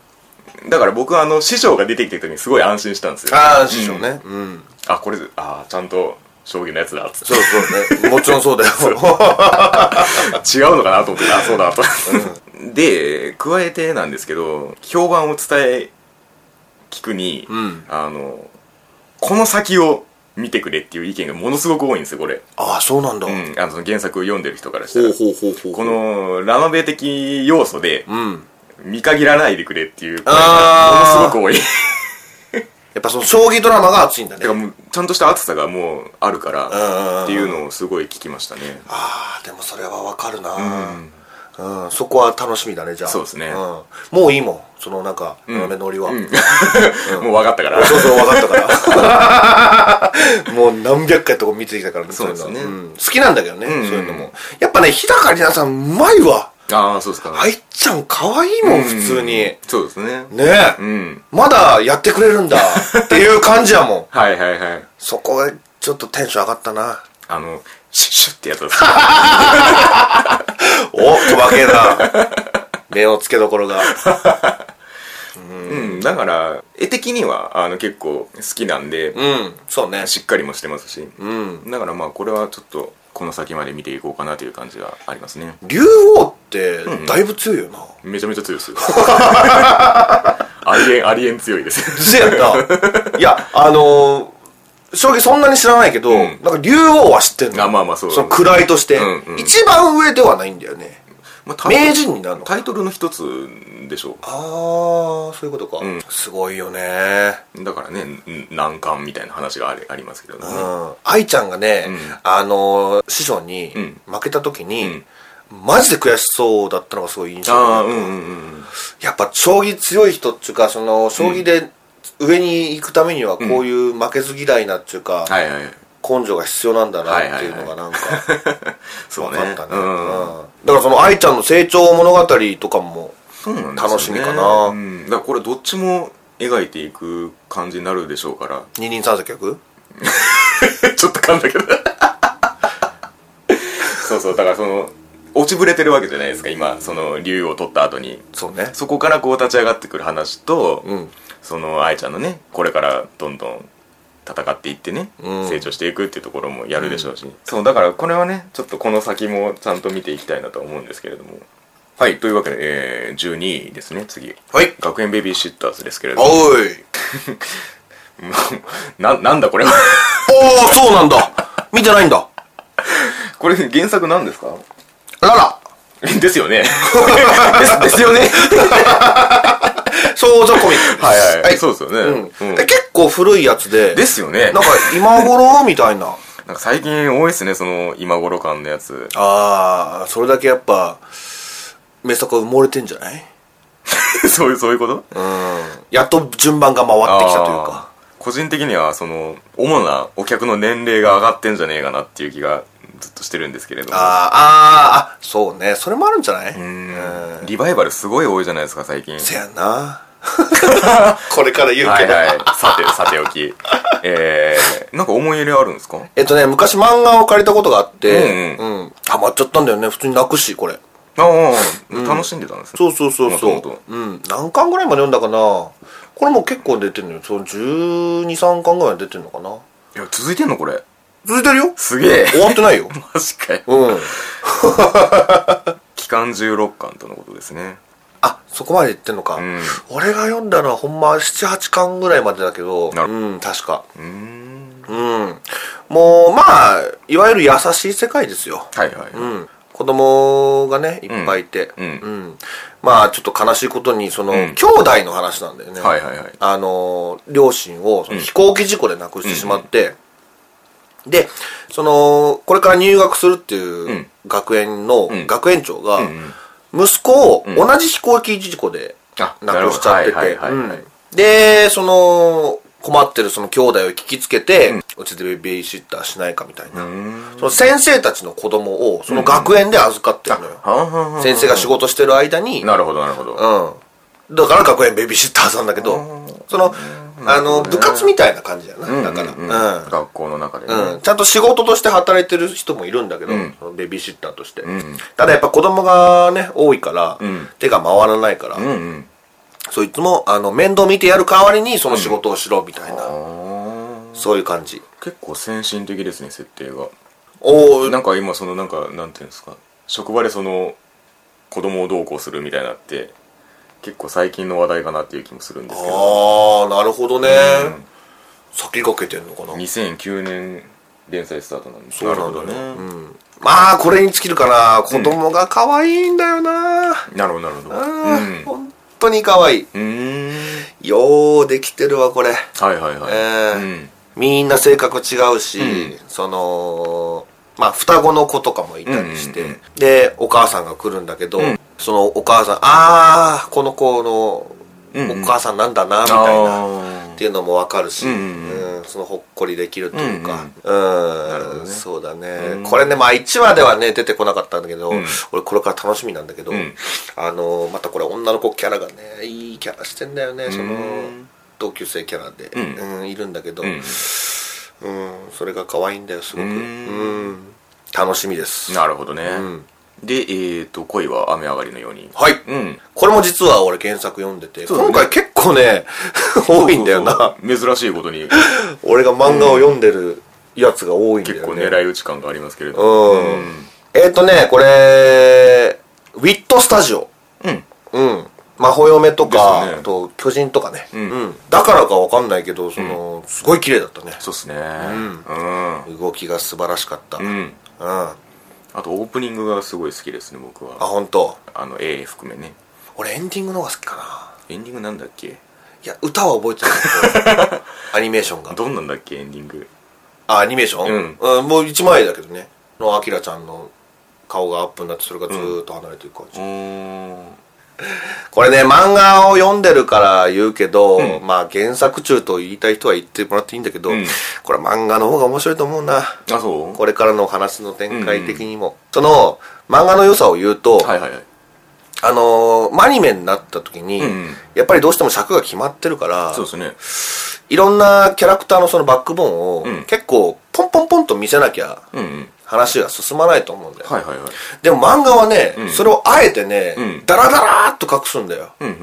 Speaker 1: だから僕はあの師匠が出てきてる時にすごい安心したんですよ
Speaker 2: ああ師匠ねうん、
Speaker 1: あこれあーちゃんと将棋のやつだっつって
Speaker 2: そうそうねもちろんそうだよ
Speaker 1: 違うのかなと思ってあそうだと、で加えてなんですけど評判を伝え聞くに、
Speaker 2: ん
Speaker 1: あのこの先を見てくれっていう意見がものすごく多いんですよこれ、
Speaker 2: ああそうなんだ、
Speaker 1: うん、あのその原作を読んでる人からしたら
Speaker 2: ほうほうほう
Speaker 1: このラノベ的要素で
Speaker 2: うん
Speaker 1: 見限らないでくれっていう声がもの
Speaker 2: あ
Speaker 1: すごく多い
Speaker 2: やっぱその将棋ドラマが熱いんだね
Speaker 1: てかもうちゃんとした暑さがもうあるか
Speaker 2: うんうんうん
Speaker 1: らっていうのをすごい聞きましたね
Speaker 2: ああでもそれはわかるなうん、そこは楽しみだねじゃあ
Speaker 1: そうですね
Speaker 2: ん、もういいもんそのなんか豆のりは、
Speaker 1: もう分かったから
Speaker 2: そうそう分かった からもう何百回とか見てきたからね
Speaker 1: そうですね
Speaker 2: いのん好きなんだけどね、
Speaker 1: んうん
Speaker 2: そういうのもやっぱね日高里奈さんうまいわ
Speaker 1: ああそうですか
Speaker 2: 愛ちゃん可愛いもん普通にね
Speaker 1: そうですね
Speaker 2: え、
Speaker 1: うん
Speaker 2: まだやってくれるんだっていう感じやもん
Speaker 1: はいはいはい
Speaker 2: そこはちょっとテンション上がったな
Speaker 1: あのシュッシュッってやつ ですね
Speaker 2: お細けえな目をつけどころが
Speaker 1: うんだから絵的にはあの結構好きなんで
Speaker 2: うんそうね
Speaker 1: しっかりもしてますし
Speaker 2: うん
Speaker 1: だからまあこれはちょっとこの先まで見ていこうかなという感じがありますね
Speaker 2: 竜王ってだいぶ強いよな、
Speaker 1: めちゃめちゃ強い ですよありえんありえん強いです
Speaker 2: せやった。いや、あのー、将棋そんなに知らないけど、
Speaker 1: ん
Speaker 2: なんか竜王は知ってんの。
Speaker 1: あまあまあそう
Speaker 2: の位として、
Speaker 1: うんうん
Speaker 2: 一番上ではないんだよね。
Speaker 1: まあタイトル
Speaker 2: 名人になるのか。
Speaker 1: タイトルの一つでしょ
Speaker 2: あー、そういうことか。
Speaker 1: ん
Speaker 2: すごいよね。
Speaker 1: うだからねん難関みたいな話がありありますけどね
Speaker 2: うん。愛ちゃんがね、
Speaker 1: ん
Speaker 2: あのー、師匠に
Speaker 1: ん
Speaker 2: 負けた時に、マジで悔しそうだったのがすごい印象的
Speaker 1: ああうんうんうん
Speaker 2: やっぱ将棋強い人っていうかその将棋で上に行くためにはこういう負けず嫌いなっていうか、
Speaker 1: はいはい
Speaker 2: 根性が必要なんだなっていうのがなんか
Speaker 1: そうね
Speaker 2: 分かったね、
Speaker 1: うん
Speaker 2: うんだからその愛ちゃんの成長物語とかも
Speaker 1: そうなんですよね
Speaker 2: 楽しみかな
Speaker 1: うんだからこれどっちも描いていく感じになるでしょうから
Speaker 2: 二人三 脚
Speaker 1: ちょっと噛んだけど そうそうだからその落ちぶれてるわけじゃないですか今その竜を取った後に
Speaker 2: そうね
Speaker 1: そこからこう立ち上がってくる話と、
Speaker 2: うん
Speaker 1: その愛ちゃんのねこれからどんどん戦っていってね、
Speaker 2: うん
Speaker 1: 成長していくっていうところもやるでしょうし、そうだからこれはねちょっとこの先もちゃんと見ていきたいなとは思うんですけれどもはいというわけで、えー12位ですね次
Speaker 2: はい
Speaker 1: 学園ベビーシッターズですけれども
Speaker 2: おい
Speaker 1: ななんだこれは
Speaker 2: おおそうなんだ見てないんだ
Speaker 1: これ原作なんですか
Speaker 2: あら
Speaker 1: ですよねですですよね
Speaker 2: ら少女コミックで す
Speaker 1: はいはい、そうですよね、
Speaker 2: うん
Speaker 1: うん
Speaker 2: え結構古いやつで
Speaker 1: ですよね
Speaker 2: なんか今頃みたいな
Speaker 1: なんか最近多いですねその今頃感のやつ
Speaker 2: ああそれだけやっぱ名作は埋もれてんじゃない
Speaker 1: そういう、そういうこと
Speaker 2: うんやっと順番が回ってきたというか
Speaker 1: あー。個人的には、その、主なお客の年齢が上がってんじゃねえかなっていう気がずっとしてるんですけれども。
Speaker 2: あーあーあそうねそれもあるんじゃない
Speaker 1: うんリバイバルすごい多いじゃないですか、最近。
Speaker 2: せやな これから言う
Speaker 1: は
Speaker 2: け
Speaker 1: い
Speaker 2: ど、
Speaker 1: はい。さて、さておき。えー、なんか思い入れあるんですか
Speaker 2: えっとね昔漫画を借りたことがあって
Speaker 1: う
Speaker 2: うん、ハマっちゃったんだよね普通に泣くしこれ
Speaker 1: ああ、楽しんでたんですね。
Speaker 2: そうそうそうそ
Speaker 1: もとも
Speaker 2: う
Speaker 1: と、
Speaker 2: うん、何巻ぐらいまで読んだかなこれも結構出てるのよその123巻ぐらい出てるのかない
Speaker 1: や、続いてんのこれ。
Speaker 2: 続いてるよ
Speaker 1: すげえ。
Speaker 2: 終わってないよ
Speaker 1: マジかよ。
Speaker 2: うん
Speaker 1: 期間16巻とのことですね。
Speaker 2: あそこまで言ってんのか、
Speaker 1: ん
Speaker 2: 俺が読んだのはほんま78巻ぐらいまでだけど
Speaker 1: なる
Speaker 2: うん確か
Speaker 1: うーん。
Speaker 2: うんもうまあいわゆる優しい世界ですよ
Speaker 1: はいはい。
Speaker 2: うん、子供がねいっぱいいて、
Speaker 1: うん
Speaker 2: うんまあちょっと悲しいことにその、
Speaker 1: ん
Speaker 2: 兄弟の話なんだよね、
Speaker 1: はいはいはい
Speaker 2: あのー両親をその
Speaker 1: うん
Speaker 2: 飛行機事故で亡くしてしまって、でそのこれから入学するっていうん学園の
Speaker 1: ん
Speaker 2: 学園長が
Speaker 1: ん
Speaker 2: 息子を同じ飛行機事故で
Speaker 1: あ
Speaker 2: 亡くしちゃって
Speaker 1: なる
Speaker 2: て
Speaker 1: ほどはいはいはいはい
Speaker 2: うんでその困ってるその兄弟を聞きつけてうち、でベビーシッターしないかみたいな、
Speaker 1: うん。
Speaker 2: その先生たちの子供をその学園で預かってるのよ、
Speaker 1: はんはんはん
Speaker 2: 先生が仕事してる間に、うん、
Speaker 1: なるほどなるほど。
Speaker 2: だから学園ベビーシッターさんだけどそのあの部活みたいな感じやな、だから、うん
Speaker 1: 学校の中でね。
Speaker 2: うんちゃんと仕事として働いてる人もいるんだけど、
Speaker 1: ん
Speaker 2: そのベビーシッターとして、
Speaker 1: ん
Speaker 2: ただやっぱ子供がね多いから、
Speaker 1: ん
Speaker 2: 手が回らないから、
Speaker 1: うんうん。
Speaker 2: そいつもあの面倒見てやる代わりにその仕事をしろみたいな、
Speaker 1: あー
Speaker 2: そういう感じ
Speaker 1: 結構先進的ですね設定が
Speaker 2: おお
Speaker 1: なんか今そのなんかなんていうんですか職場でその子供をどうこうするみたいなって結構最近の話題かなっていう気もするんですけど
Speaker 2: ああなるほどね、先駆けてんのかな
Speaker 1: 2009年連載スタートなんです
Speaker 2: そうなんだね
Speaker 1: なるほどね
Speaker 2: まあこれに尽きるかな子供が可愛いんだよな、
Speaker 1: なるほどなるほど
Speaker 2: あー本当に可愛い
Speaker 1: うんうーん
Speaker 2: ようできてるわこれ
Speaker 1: はいはいはい。
Speaker 2: えー
Speaker 1: うん
Speaker 2: みんな性格違うし、
Speaker 1: ん
Speaker 2: そのまあ双子の子とかもいたりして、
Speaker 1: うんうん
Speaker 2: でお母さんが来るんだけど、
Speaker 1: ん
Speaker 2: そのお母さんああこの子の
Speaker 1: うんうん
Speaker 2: お母さんなんだなみたいな、
Speaker 1: あ
Speaker 2: っていうのもわかるし、
Speaker 1: う
Speaker 2: うんん
Speaker 1: う
Speaker 2: そのほっこりできるというか、うん
Speaker 1: どね
Speaker 2: そうだね、
Speaker 1: うん
Speaker 2: これねまあ1話ではね出てこなかったんだけど、
Speaker 1: ん
Speaker 2: 俺これから楽しみなんだけど、
Speaker 1: ん
Speaker 2: あのまたこれ女の子キャラがねいいキャラしてんだよねその、
Speaker 1: うん
Speaker 2: 同級生キャラで、
Speaker 1: ん
Speaker 2: うんいるんだけど、
Speaker 1: ん
Speaker 2: うん、それが可愛いんだよ、すごく。
Speaker 1: う
Speaker 2: うんん。楽しみです。
Speaker 1: ーなるほどね。
Speaker 2: ん
Speaker 1: で、えっと、恋は雨上がりのように。
Speaker 2: はい。
Speaker 1: うん。
Speaker 2: これも実は俺原作読んでて、
Speaker 1: そうだね
Speaker 2: 今回結構ね、多いんだよ
Speaker 1: そう
Speaker 2: な。
Speaker 1: そうそう。珍しいことに、
Speaker 2: 俺が漫画を読んでるやつが多いんだよ
Speaker 1: 結
Speaker 2: ね。
Speaker 1: 構狙い撃ち感がありますけれど。
Speaker 2: うん。えっ、とね、これ、ウィットスタジオ。
Speaker 1: うん。
Speaker 2: うん。魔法嫁と
Speaker 1: です
Speaker 2: か、
Speaker 1: ね
Speaker 2: あと巨人とかね、うんだからかわかんないけど、その、すごい綺麗だったね。
Speaker 1: そうっすね。うん。
Speaker 2: 動きが素晴らしかった。う。
Speaker 1: うんん。
Speaker 2: あ、
Speaker 1: あと、オープニングがすごい好きですね、僕は。
Speaker 2: 本当。
Speaker 1: あの、A 含めね。
Speaker 2: 俺エンディングの方が好きかな。
Speaker 1: エンディングなんだっけ
Speaker 2: いや、歌は覚えてないけどアニメーションが。
Speaker 1: どんなんだっけ、エンディング。
Speaker 2: あ、アニメーション、うん、もう一枚だけどね。の、アキラちゃんの顔がアップになって、それがずーっと離れていく感じ。
Speaker 1: うん。
Speaker 2: これね、漫画を読んでるから言うけど、まあ原作中と言いたい人は言ってもらっていいんだけど、
Speaker 1: うん
Speaker 2: これ漫画の方が面白いと思うな。
Speaker 1: あ、そう
Speaker 2: これからのお話の展開的にも。その、漫画の良さを言うと、
Speaker 1: はいはいはい。
Speaker 2: あのーアニメになった時に、
Speaker 1: うんうん
Speaker 2: やっぱりどうしても尺が決まってるから、
Speaker 1: そうですね。
Speaker 2: いろんなキャラクターのそのバックボーンを、
Speaker 1: うん
Speaker 2: 結構ポンポンポンと見せなきゃ
Speaker 1: うんうん。
Speaker 2: 話が進まないと思うんだよ。
Speaker 1: はいはいはい。
Speaker 2: でも漫画はね、
Speaker 1: ん
Speaker 2: それをあえてね、
Speaker 1: うん
Speaker 2: ダラダラーっと隠すんだよ。
Speaker 1: うん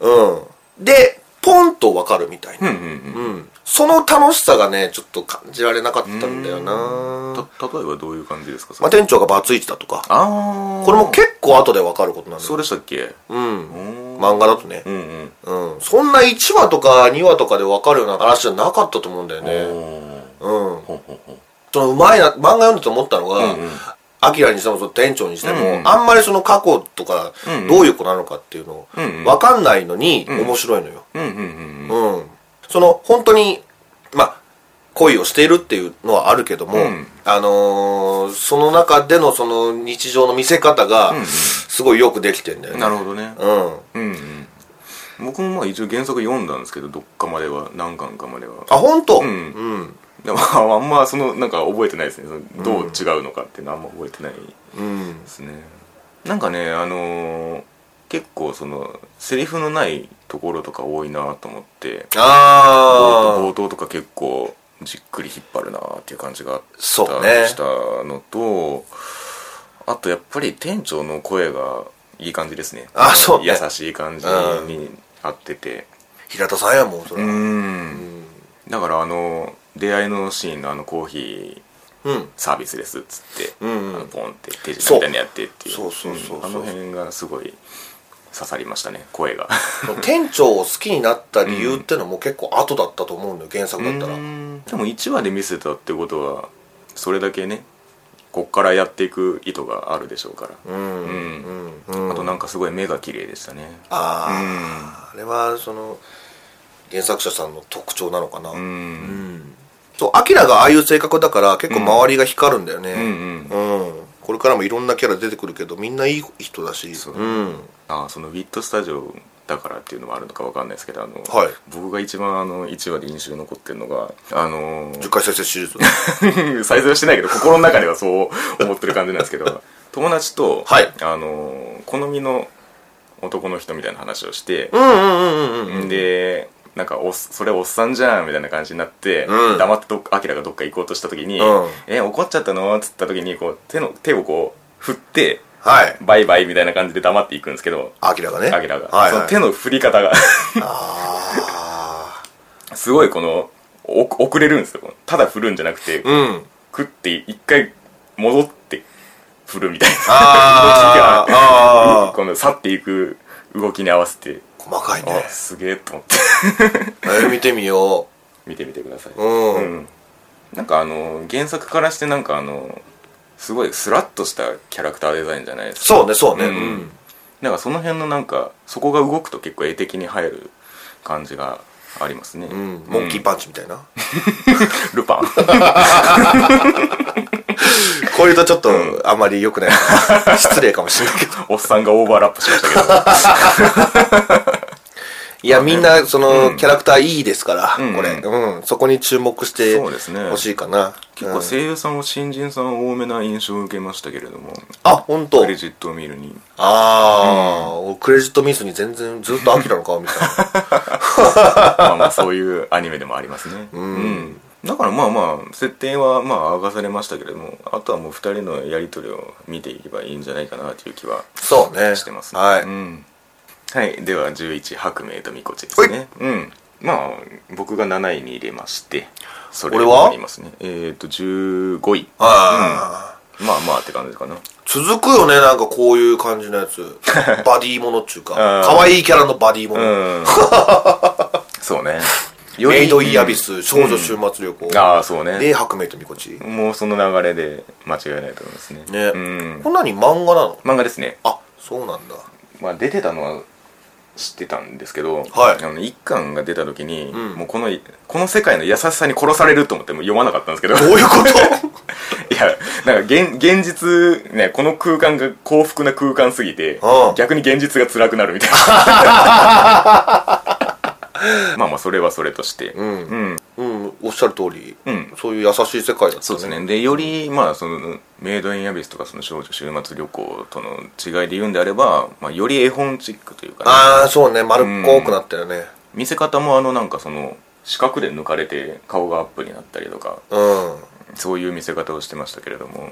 Speaker 1: うん
Speaker 2: うん。で、ポンとわかるみたい
Speaker 1: うん。うん
Speaker 2: な、
Speaker 1: うん
Speaker 2: う。
Speaker 1: うん
Speaker 2: その楽しさがね、ちょっと感じられなかったんだよな、
Speaker 1: ん。た、例えばどういう感じですかそ
Speaker 2: まあ、
Speaker 1: れ
Speaker 2: 店長がバツイチだとか、
Speaker 1: あー。
Speaker 2: これも結構後でわかることなんだ
Speaker 1: そう
Speaker 2: よ。
Speaker 1: でしたっけ
Speaker 2: うん。
Speaker 1: うん。
Speaker 2: 漫画だとね
Speaker 1: う。んうん。
Speaker 2: うん。そんな1話とか2話とかでわかるような話じゃなかったと思うんだよ
Speaker 1: ね、
Speaker 2: ね。うん。
Speaker 1: ほんほんほん
Speaker 2: そのうまいな漫画読んでて思ったのが、
Speaker 1: うんうん
Speaker 2: アキラにしてもその店長にしても、
Speaker 1: うんうん
Speaker 2: あんまりその過去とか、
Speaker 1: うんうん
Speaker 2: どういう子なのかっていうの
Speaker 1: うんうん
Speaker 2: 分かんないのに面白いのよ、
Speaker 1: うんうんうんうん
Speaker 2: うんその本当にまあ恋をしているっていうのはあるけど
Speaker 1: う
Speaker 2: も、
Speaker 1: ん
Speaker 2: あのーその中でのその日常の見せ方が
Speaker 1: うん
Speaker 2: すごいよくできてんだよね
Speaker 1: なるほどね
Speaker 2: うん
Speaker 1: うんうん僕もまあ一応原作読んだんですけどどっかまでは何巻かまでは
Speaker 2: あ本当
Speaker 1: うん
Speaker 2: うん
Speaker 1: でも あんまそのなんか覚えてないですねそのどう違うのかっていうのはあんま覚えてないで
Speaker 2: うん
Speaker 1: すねなんかねあのー結構そのセリフのないところとか多いなと思って
Speaker 2: あ
Speaker 1: 冒
Speaker 2: ー
Speaker 1: 頭とか結構じっくり引っ張るなっていう感じがあった
Speaker 2: そうね
Speaker 1: したのとあとやっぱり店長の声がいい感じですね
Speaker 2: あそうね
Speaker 1: 優しい感じに合ってて
Speaker 2: 平田さんやもんそれ
Speaker 1: う
Speaker 2: は
Speaker 1: んだからあの出会いのシーンのあのコーヒー
Speaker 2: うん
Speaker 1: サービスですっつって、
Speaker 2: うんう ん
Speaker 1: あのポンって手品みたいなのやってっていう
Speaker 2: そうそうそうそうそう
Speaker 1: あの
Speaker 2: ん
Speaker 1: 辺がすごい刺さりましたね声が
Speaker 2: 店長を好きになった理由ってのも結構後だったと思うんだよ原作だったら
Speaker 1: でも1話で見せたってことはそれだけねこっからやっていく意図があるでしょうから、
Speaker 2: うんうんうん
Speaker 1: あとなんかすごい目が綺麗でしたね
Speaker 2: あああれはその原作者さんの特徴なのかな
Speaker 1: うん、
Speaker 2: そうアキラがああいう性格だから結構周りが光るんだよね
Speaker 1: うんうん
Speaker 2: うんこれからもいろんなキャラ出てくるけどみんないい人だし
Speaker 1: そう
Speaker 2: うん
Speaker 1: ああそのウィットスタジオだからっていうのもあるのかわかんないですけどあの、
Speaker 2: はい
Speaker 1: 僕が一番あの1話で印象に残ってるのがあ のー
Speaker 2: 10回再生手術
Speaker 1: 再生はしてないけど心の中ではそう思ってる感じなんですけ ど友達と、
Speaker 2: はい
Speaker 1: あの好みの男の人みたいな話をして
Speaker 2: う、んうんうんうんうん
Speaker 1: でなんかおっそれおっさんじゃんみたいな感じになって、
Speaker 2: うん
Speaker 1: 黙ってどっかアキラがどっか行こうとした時に「
Speaker 2: うん
Speaker 1: え怒っちゃったの?」っつった時にこう手の手をこう振って
Speaker 2: はい
Speaker 1: バイバイみたいな感じで黙っていくんですけど
Speaker 2: アキラがね
Speaker 1: アキラが、
Speaker 2: はい
Speaker 1: そ
Speaker 2: は
Speaker 1: の
Speaker 2: い
Speaker 1: 手の振り方が
Speaker 2: あ
Speaker 1: すごいこのお遅れるんですよこのただ振るんじゃなくて、
Speaker 2: ー うん
Speaker 1: 食って一回戻って振るみたいな
Speaker 2: あーあー
Speaker 1: この去っていく動きに合わせて
Speaker 2: 細かい
Speaker 1: あ
Speaker 2: ね
Speaker 1: すげえと思って
Speaker 2: えー見てみよ
Speaker 1: 見てみてくださいう
Speaker 2: うん
Speaker 1: うんなんかあの原作からしてなんかあのすごいスラッとしたキャラクターデザインじゃないですか
Speaker 2: そうねそうね、
Speaker 1: うんなんかその辺のなんかそこが動くと結構絵的に入る感じがありますね、
Speaker 2: うんモンキーパンチみたいな、
Speaker 1: ル パン
Speaker 2: こういうとちょっとあんまり良く ないかな失礼かもしれないけど
Speaker 1: おっさんがオーバーラップしましたけど
Speaker 2: いやみんなそのキャラクターいいですから、
Speaker 1: ん
Speaker 2: これ、うん、そこに注目して
Speaker 1: そうですね
Speaker 2: ほしいかな、
Speaker 1: 結構声優さんは新人さん多めな印象を受けましたけれども
Speaker 2: あ本当
Speaker 1: クレジットを見るに
Speaker 2: ああ、俺クレジットミスに全然ずっと秋なのかみたい な
Speaker 1: まあまあそういうアニメでもありますねうん、だからまあまあ設定はまあ明かされましたけれどもあとはもう2人のやり取りを見ていけばいいんじゃないかなという気は
Speaker 2: そうね
Speaker 1: してますね
Speaker 2: はい、
Speaker 1: うんはい、では11白明とみこちですねうんまあ僕が7位に入れましてそれ
Speaker 2: 俺は
Speaker 1: になりますねえっ、と15位
Speaker 2: あ
Speaker 1: うんまあまあって感じかな
Speaker 2: ー続くよねなんかこういう感じのや つバディものっちゅうか
Speaker 1: あー
Speaker 2: 可愛いキャラのバディもの、
Speaker 1: う んそうね
Speaker 2: メイド・イ・アビス、少女終末旅行、
Speaker 1: ああそうね
Speaker 2: で白明とみこち、
Speaker 1: もうその流れで間違いないと思いますね
Speaker 2: ね、
Speaker 1: うん
Speaker 2: こんなに漫画なの
Speaker 1: 漫画ですね、
Speaker 2: あそうなんだ
Speaker 1: まあ、出てたのは知ってたんですけど、
Speaker 2: はい
Speaker 1: あの一巻が出た時に、
Speaker 2: ん
Speaker 1: もうこのこの世界の優しさに殺されると思ってもう読まなかったんですけどい
Speaker 2: どういうこと
Speaker 1: やなんか現現実、ね、この空間が幸福な空間すぎて
Speaker 2: うん
Speaker 1: 逆に現実が辛くなるみ たいなまあまあそれはそれとして、
Speaker 2: ん
Speaker 1: うん、
Speaker 2: うんおっしゃる通り、
Speaker 1: うん
Speaker 2: そういう優しい世界だった、ね、
Speaker 1: そうですねでよりまあそのメイド・イン・アビスとかその少女週末旅行との違いで言うんであれば、まあ、より絵本チックというか、ね、
Speaker 2: ああそうね丸っこくなったよね
Speaker 1: 見せ方もあのなんかその四角で抜かれて顔がアップになったりとか
Speaker 2: うん、
Speaker 1: そういう見せ方をしてましたけれども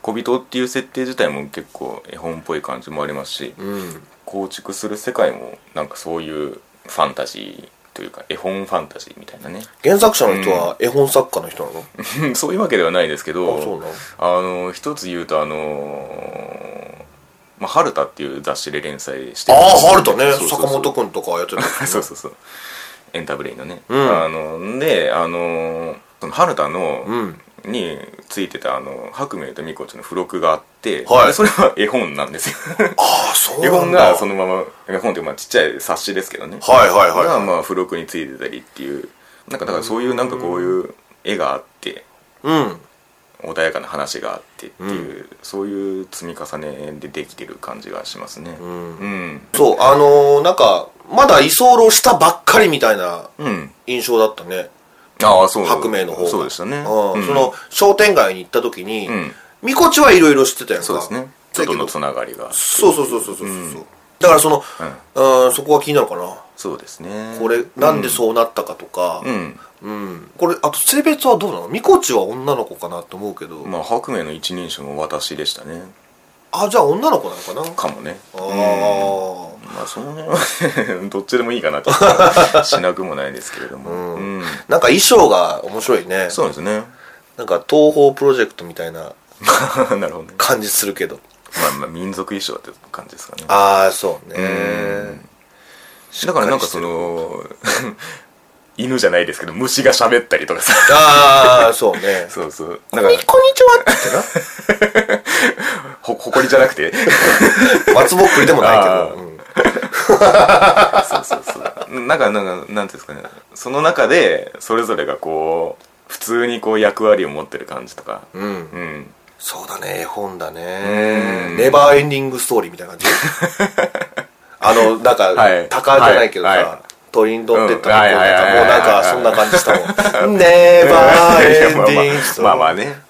Speaker 1: 小人っていう設定自体も結構絵本っぽい感じもありますし、
Speaker 2: うん、
Speaker 1: 構築する世界もなんかそういうファンタジーというか絵本ファンタジーみたいなね
Speaker 2: 原作者の人は絵本作家の人なの、あ
Speaker 1: そういうわけではないですけど
Speaker 2: そうなの
Speaker 1: あの一つ言うとあのまあ、春田っていう雑誌で連載して
Speaker 2: あ
Speaker 1: る
Speaker 2: あ春と
Speaker 1: そう
Speaker 2: ね
Speaker 1: そうそう
Speaker 2: 坂本君とかやってた
Speaker 1: そうそうそうエンタブレインのね、
Speaker 2: ん
Speaker 1: あのであのその春田の、
Speaker 2: うん
Speaker 1: についてたあの白明とみこちの付録があって、
Speaker 2: はい
Speaker 1: でそれは絵本なんですよ
Speaker 2: ああそう
Speaker 1: 絵
Speaker 2: なん
Speaker 1: 本
Speaker 2: だ
Speaker 1: がそのまま絵本っていうかまあちっちゃい冊子ですけどね
Speaker 2: はいはいはい
Speaker 1: がまあ付録についてたりっていうなんかだからそういうなんかこういう絵があって
Speaker 2: うん
Speaker 1: 穏やかな話があってっていう、そういう積み重ねでできてる感じがしますねうんうん、
Speaker 2: そうあのー、なんかまだ居候したばっかりみたいな印象だったね
Speaker 1: ああそう
Speaker 2: 白明の方が
Speaker 1: そうでしたね
Speaker 2: うん
Speaker 1: うん
Speaker 2: その商店街に行った時に、
Speaker 1: ん
Speaker 2: みこちはいろいろ知ってたやんか
Speaker 1: そうですねちょっ
Speaker 2: だけ
Speaker 1: と
Speaker 2: ど
Speaker 1: のつながりが
Speaker 2: そうそうそうそうそうそう、だからその、うん、そこが気になるかな
Speaker 1: そうですね
Speaker 2: これなんでそうなったかとか、
Speaker 1: うん
Speaker 2: うんこれあと性別はどうなのみこちは女の子かなって思うけど、
Speaker 1: まあ白明の一人称も私でしたね
Speaker 2: あじゃあ女の子なのかな
Speaker 1: かもね
Speaker 2: あー
Speaker 1: まあその辺は どっちでもいいかなとはしなくもないですけれども、うん
Speaker 2: なんか衣装が面白いね
Speaker 1: そうですね
Speaker 2: なんか東方プロジェクトみたいな
Speaker 1: なるほどね、
Speaker 2: 感じするけど
Speaker 1: まあ、まあ民族衣装って感じですかね
Speaker 2: ああそうね
Speaker 1: だからなんかその 犬じゃないですけど虫が喋ったりとかさ
Speaker 2: ああそうね
Speaker 1: そうそう
Speaker 2: こ
Speaker 1: なん
Speaker 2: んに
Speaker 1: か
Speaker 2: こんにちはって
Speaker 1: ほほこりじゃなくて
Speaker 2: な松ぼっくりでもないけど、うん
Speaker 1: そうそうそうなんかなんかなんていうんですかねその中でそれぞれがこう普通にこう役割を持ってる感じとか
Speaker 2: うん
Speaker 1: うん
Speaker 2: そうだね絵本だ
Speaker 1: う
Speaker 2: ね
Speaker 1: ん
Speaker 2: ネバーエンディングストーリーみたいな 感じあのなんか、
Speaker 1: はい
Speaker 2: タカじゃないけどさ、
Speaker 1: はいはい
Speaker 2: 鳥に乗ってっ
Speaker 1: う
Speaker 2: たとこ
Speaker 1: ん
Speaker 2: な
Speaker 1: はい
Speaker 2: んか
Speaker 1: はいはいはい
Speaker 2: もうなんかそんな感じした もんネバーエンディングストーリー
Speaker 1: まあまあね、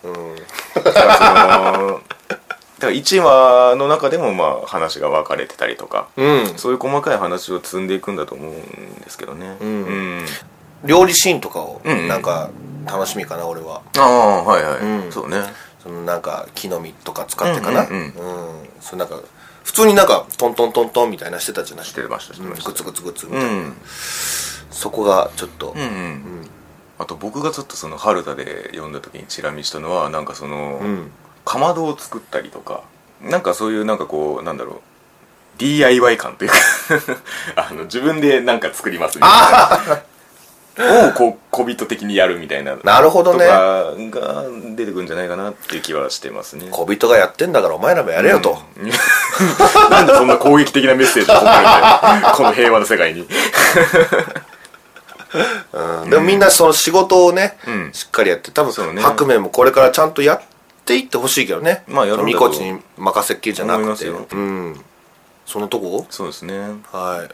Speaker 1: だからその だから1話の中でもまあ話が分かれてたりとか、
Speaker 2: うん
Speaker 1: そういう細かい話を積んでいくんだと思うんですけどねうん、
Speaker 2: 料理シーンとかを
Speaker 1: うんうん
Speaker 2: なんか楽しみかな俺は
Speaker 1: ああはいはい、
Speaker 2: ん
Speaker 1: そうね
Speaker 2: そのなんか木の実とか使ってかな
Speaker 1: うんうん
Speaker 2: うんそのなんか普通になんかトントントントンみたいなしてたじゃない
Speaker 1: してましたして
Speaker 2: うん
Speaker 1: ま
Speaker 2: グ
Speaker 1: した
Speaker 2: ツグツグツみ
Speaker 1: う
Speaker 2: たいな、
Speaker 1: ん
Speaker 2: そこがちょっと、
Speaker 1: うんうんあと僕がちょっとその春田で読んだ時にチラ見したのはなんかその、
Speaker 2: うん
Speaker 1: かまどを作ったりとかなんかそういうなんかこうなんだろう DIY 感というか あの自分でなんか作りますみたいなをこう小人的にやるみたいな
Speaker 2: なるほどね
Speaker 1: とかが出てくるんじゃないかなっていう気はしてますね
Speaker 2: 小人がやってんだからお前らもやれよと、
Speaker 1: うんなんでそんな攻撃的なメッセージを込めるんだよこの平和の世界に
Speaker 2: うんでもみんなその仕事をね、
Speaker 1: ん
Speaker 2: しっかりやって多
Speaker 1: そう
Speaker 2: 分、
Speaker 1: ね
Speaker 2: 白面もこれからちゃんとやっていってほしいけどね
Speaker 1: まあやるんだけ
Speaker 2: み
Speaker 1: ど
Speaker 2: こちに任せっきりじゃな
Speaker 1: 思いま
Speaker 2: く
Speaker 1: す
Speaker 2: て
Speaker 1: よ
Speaker 2: うんそのとこ
Speaker 1: そうですね
Speaker 2: はい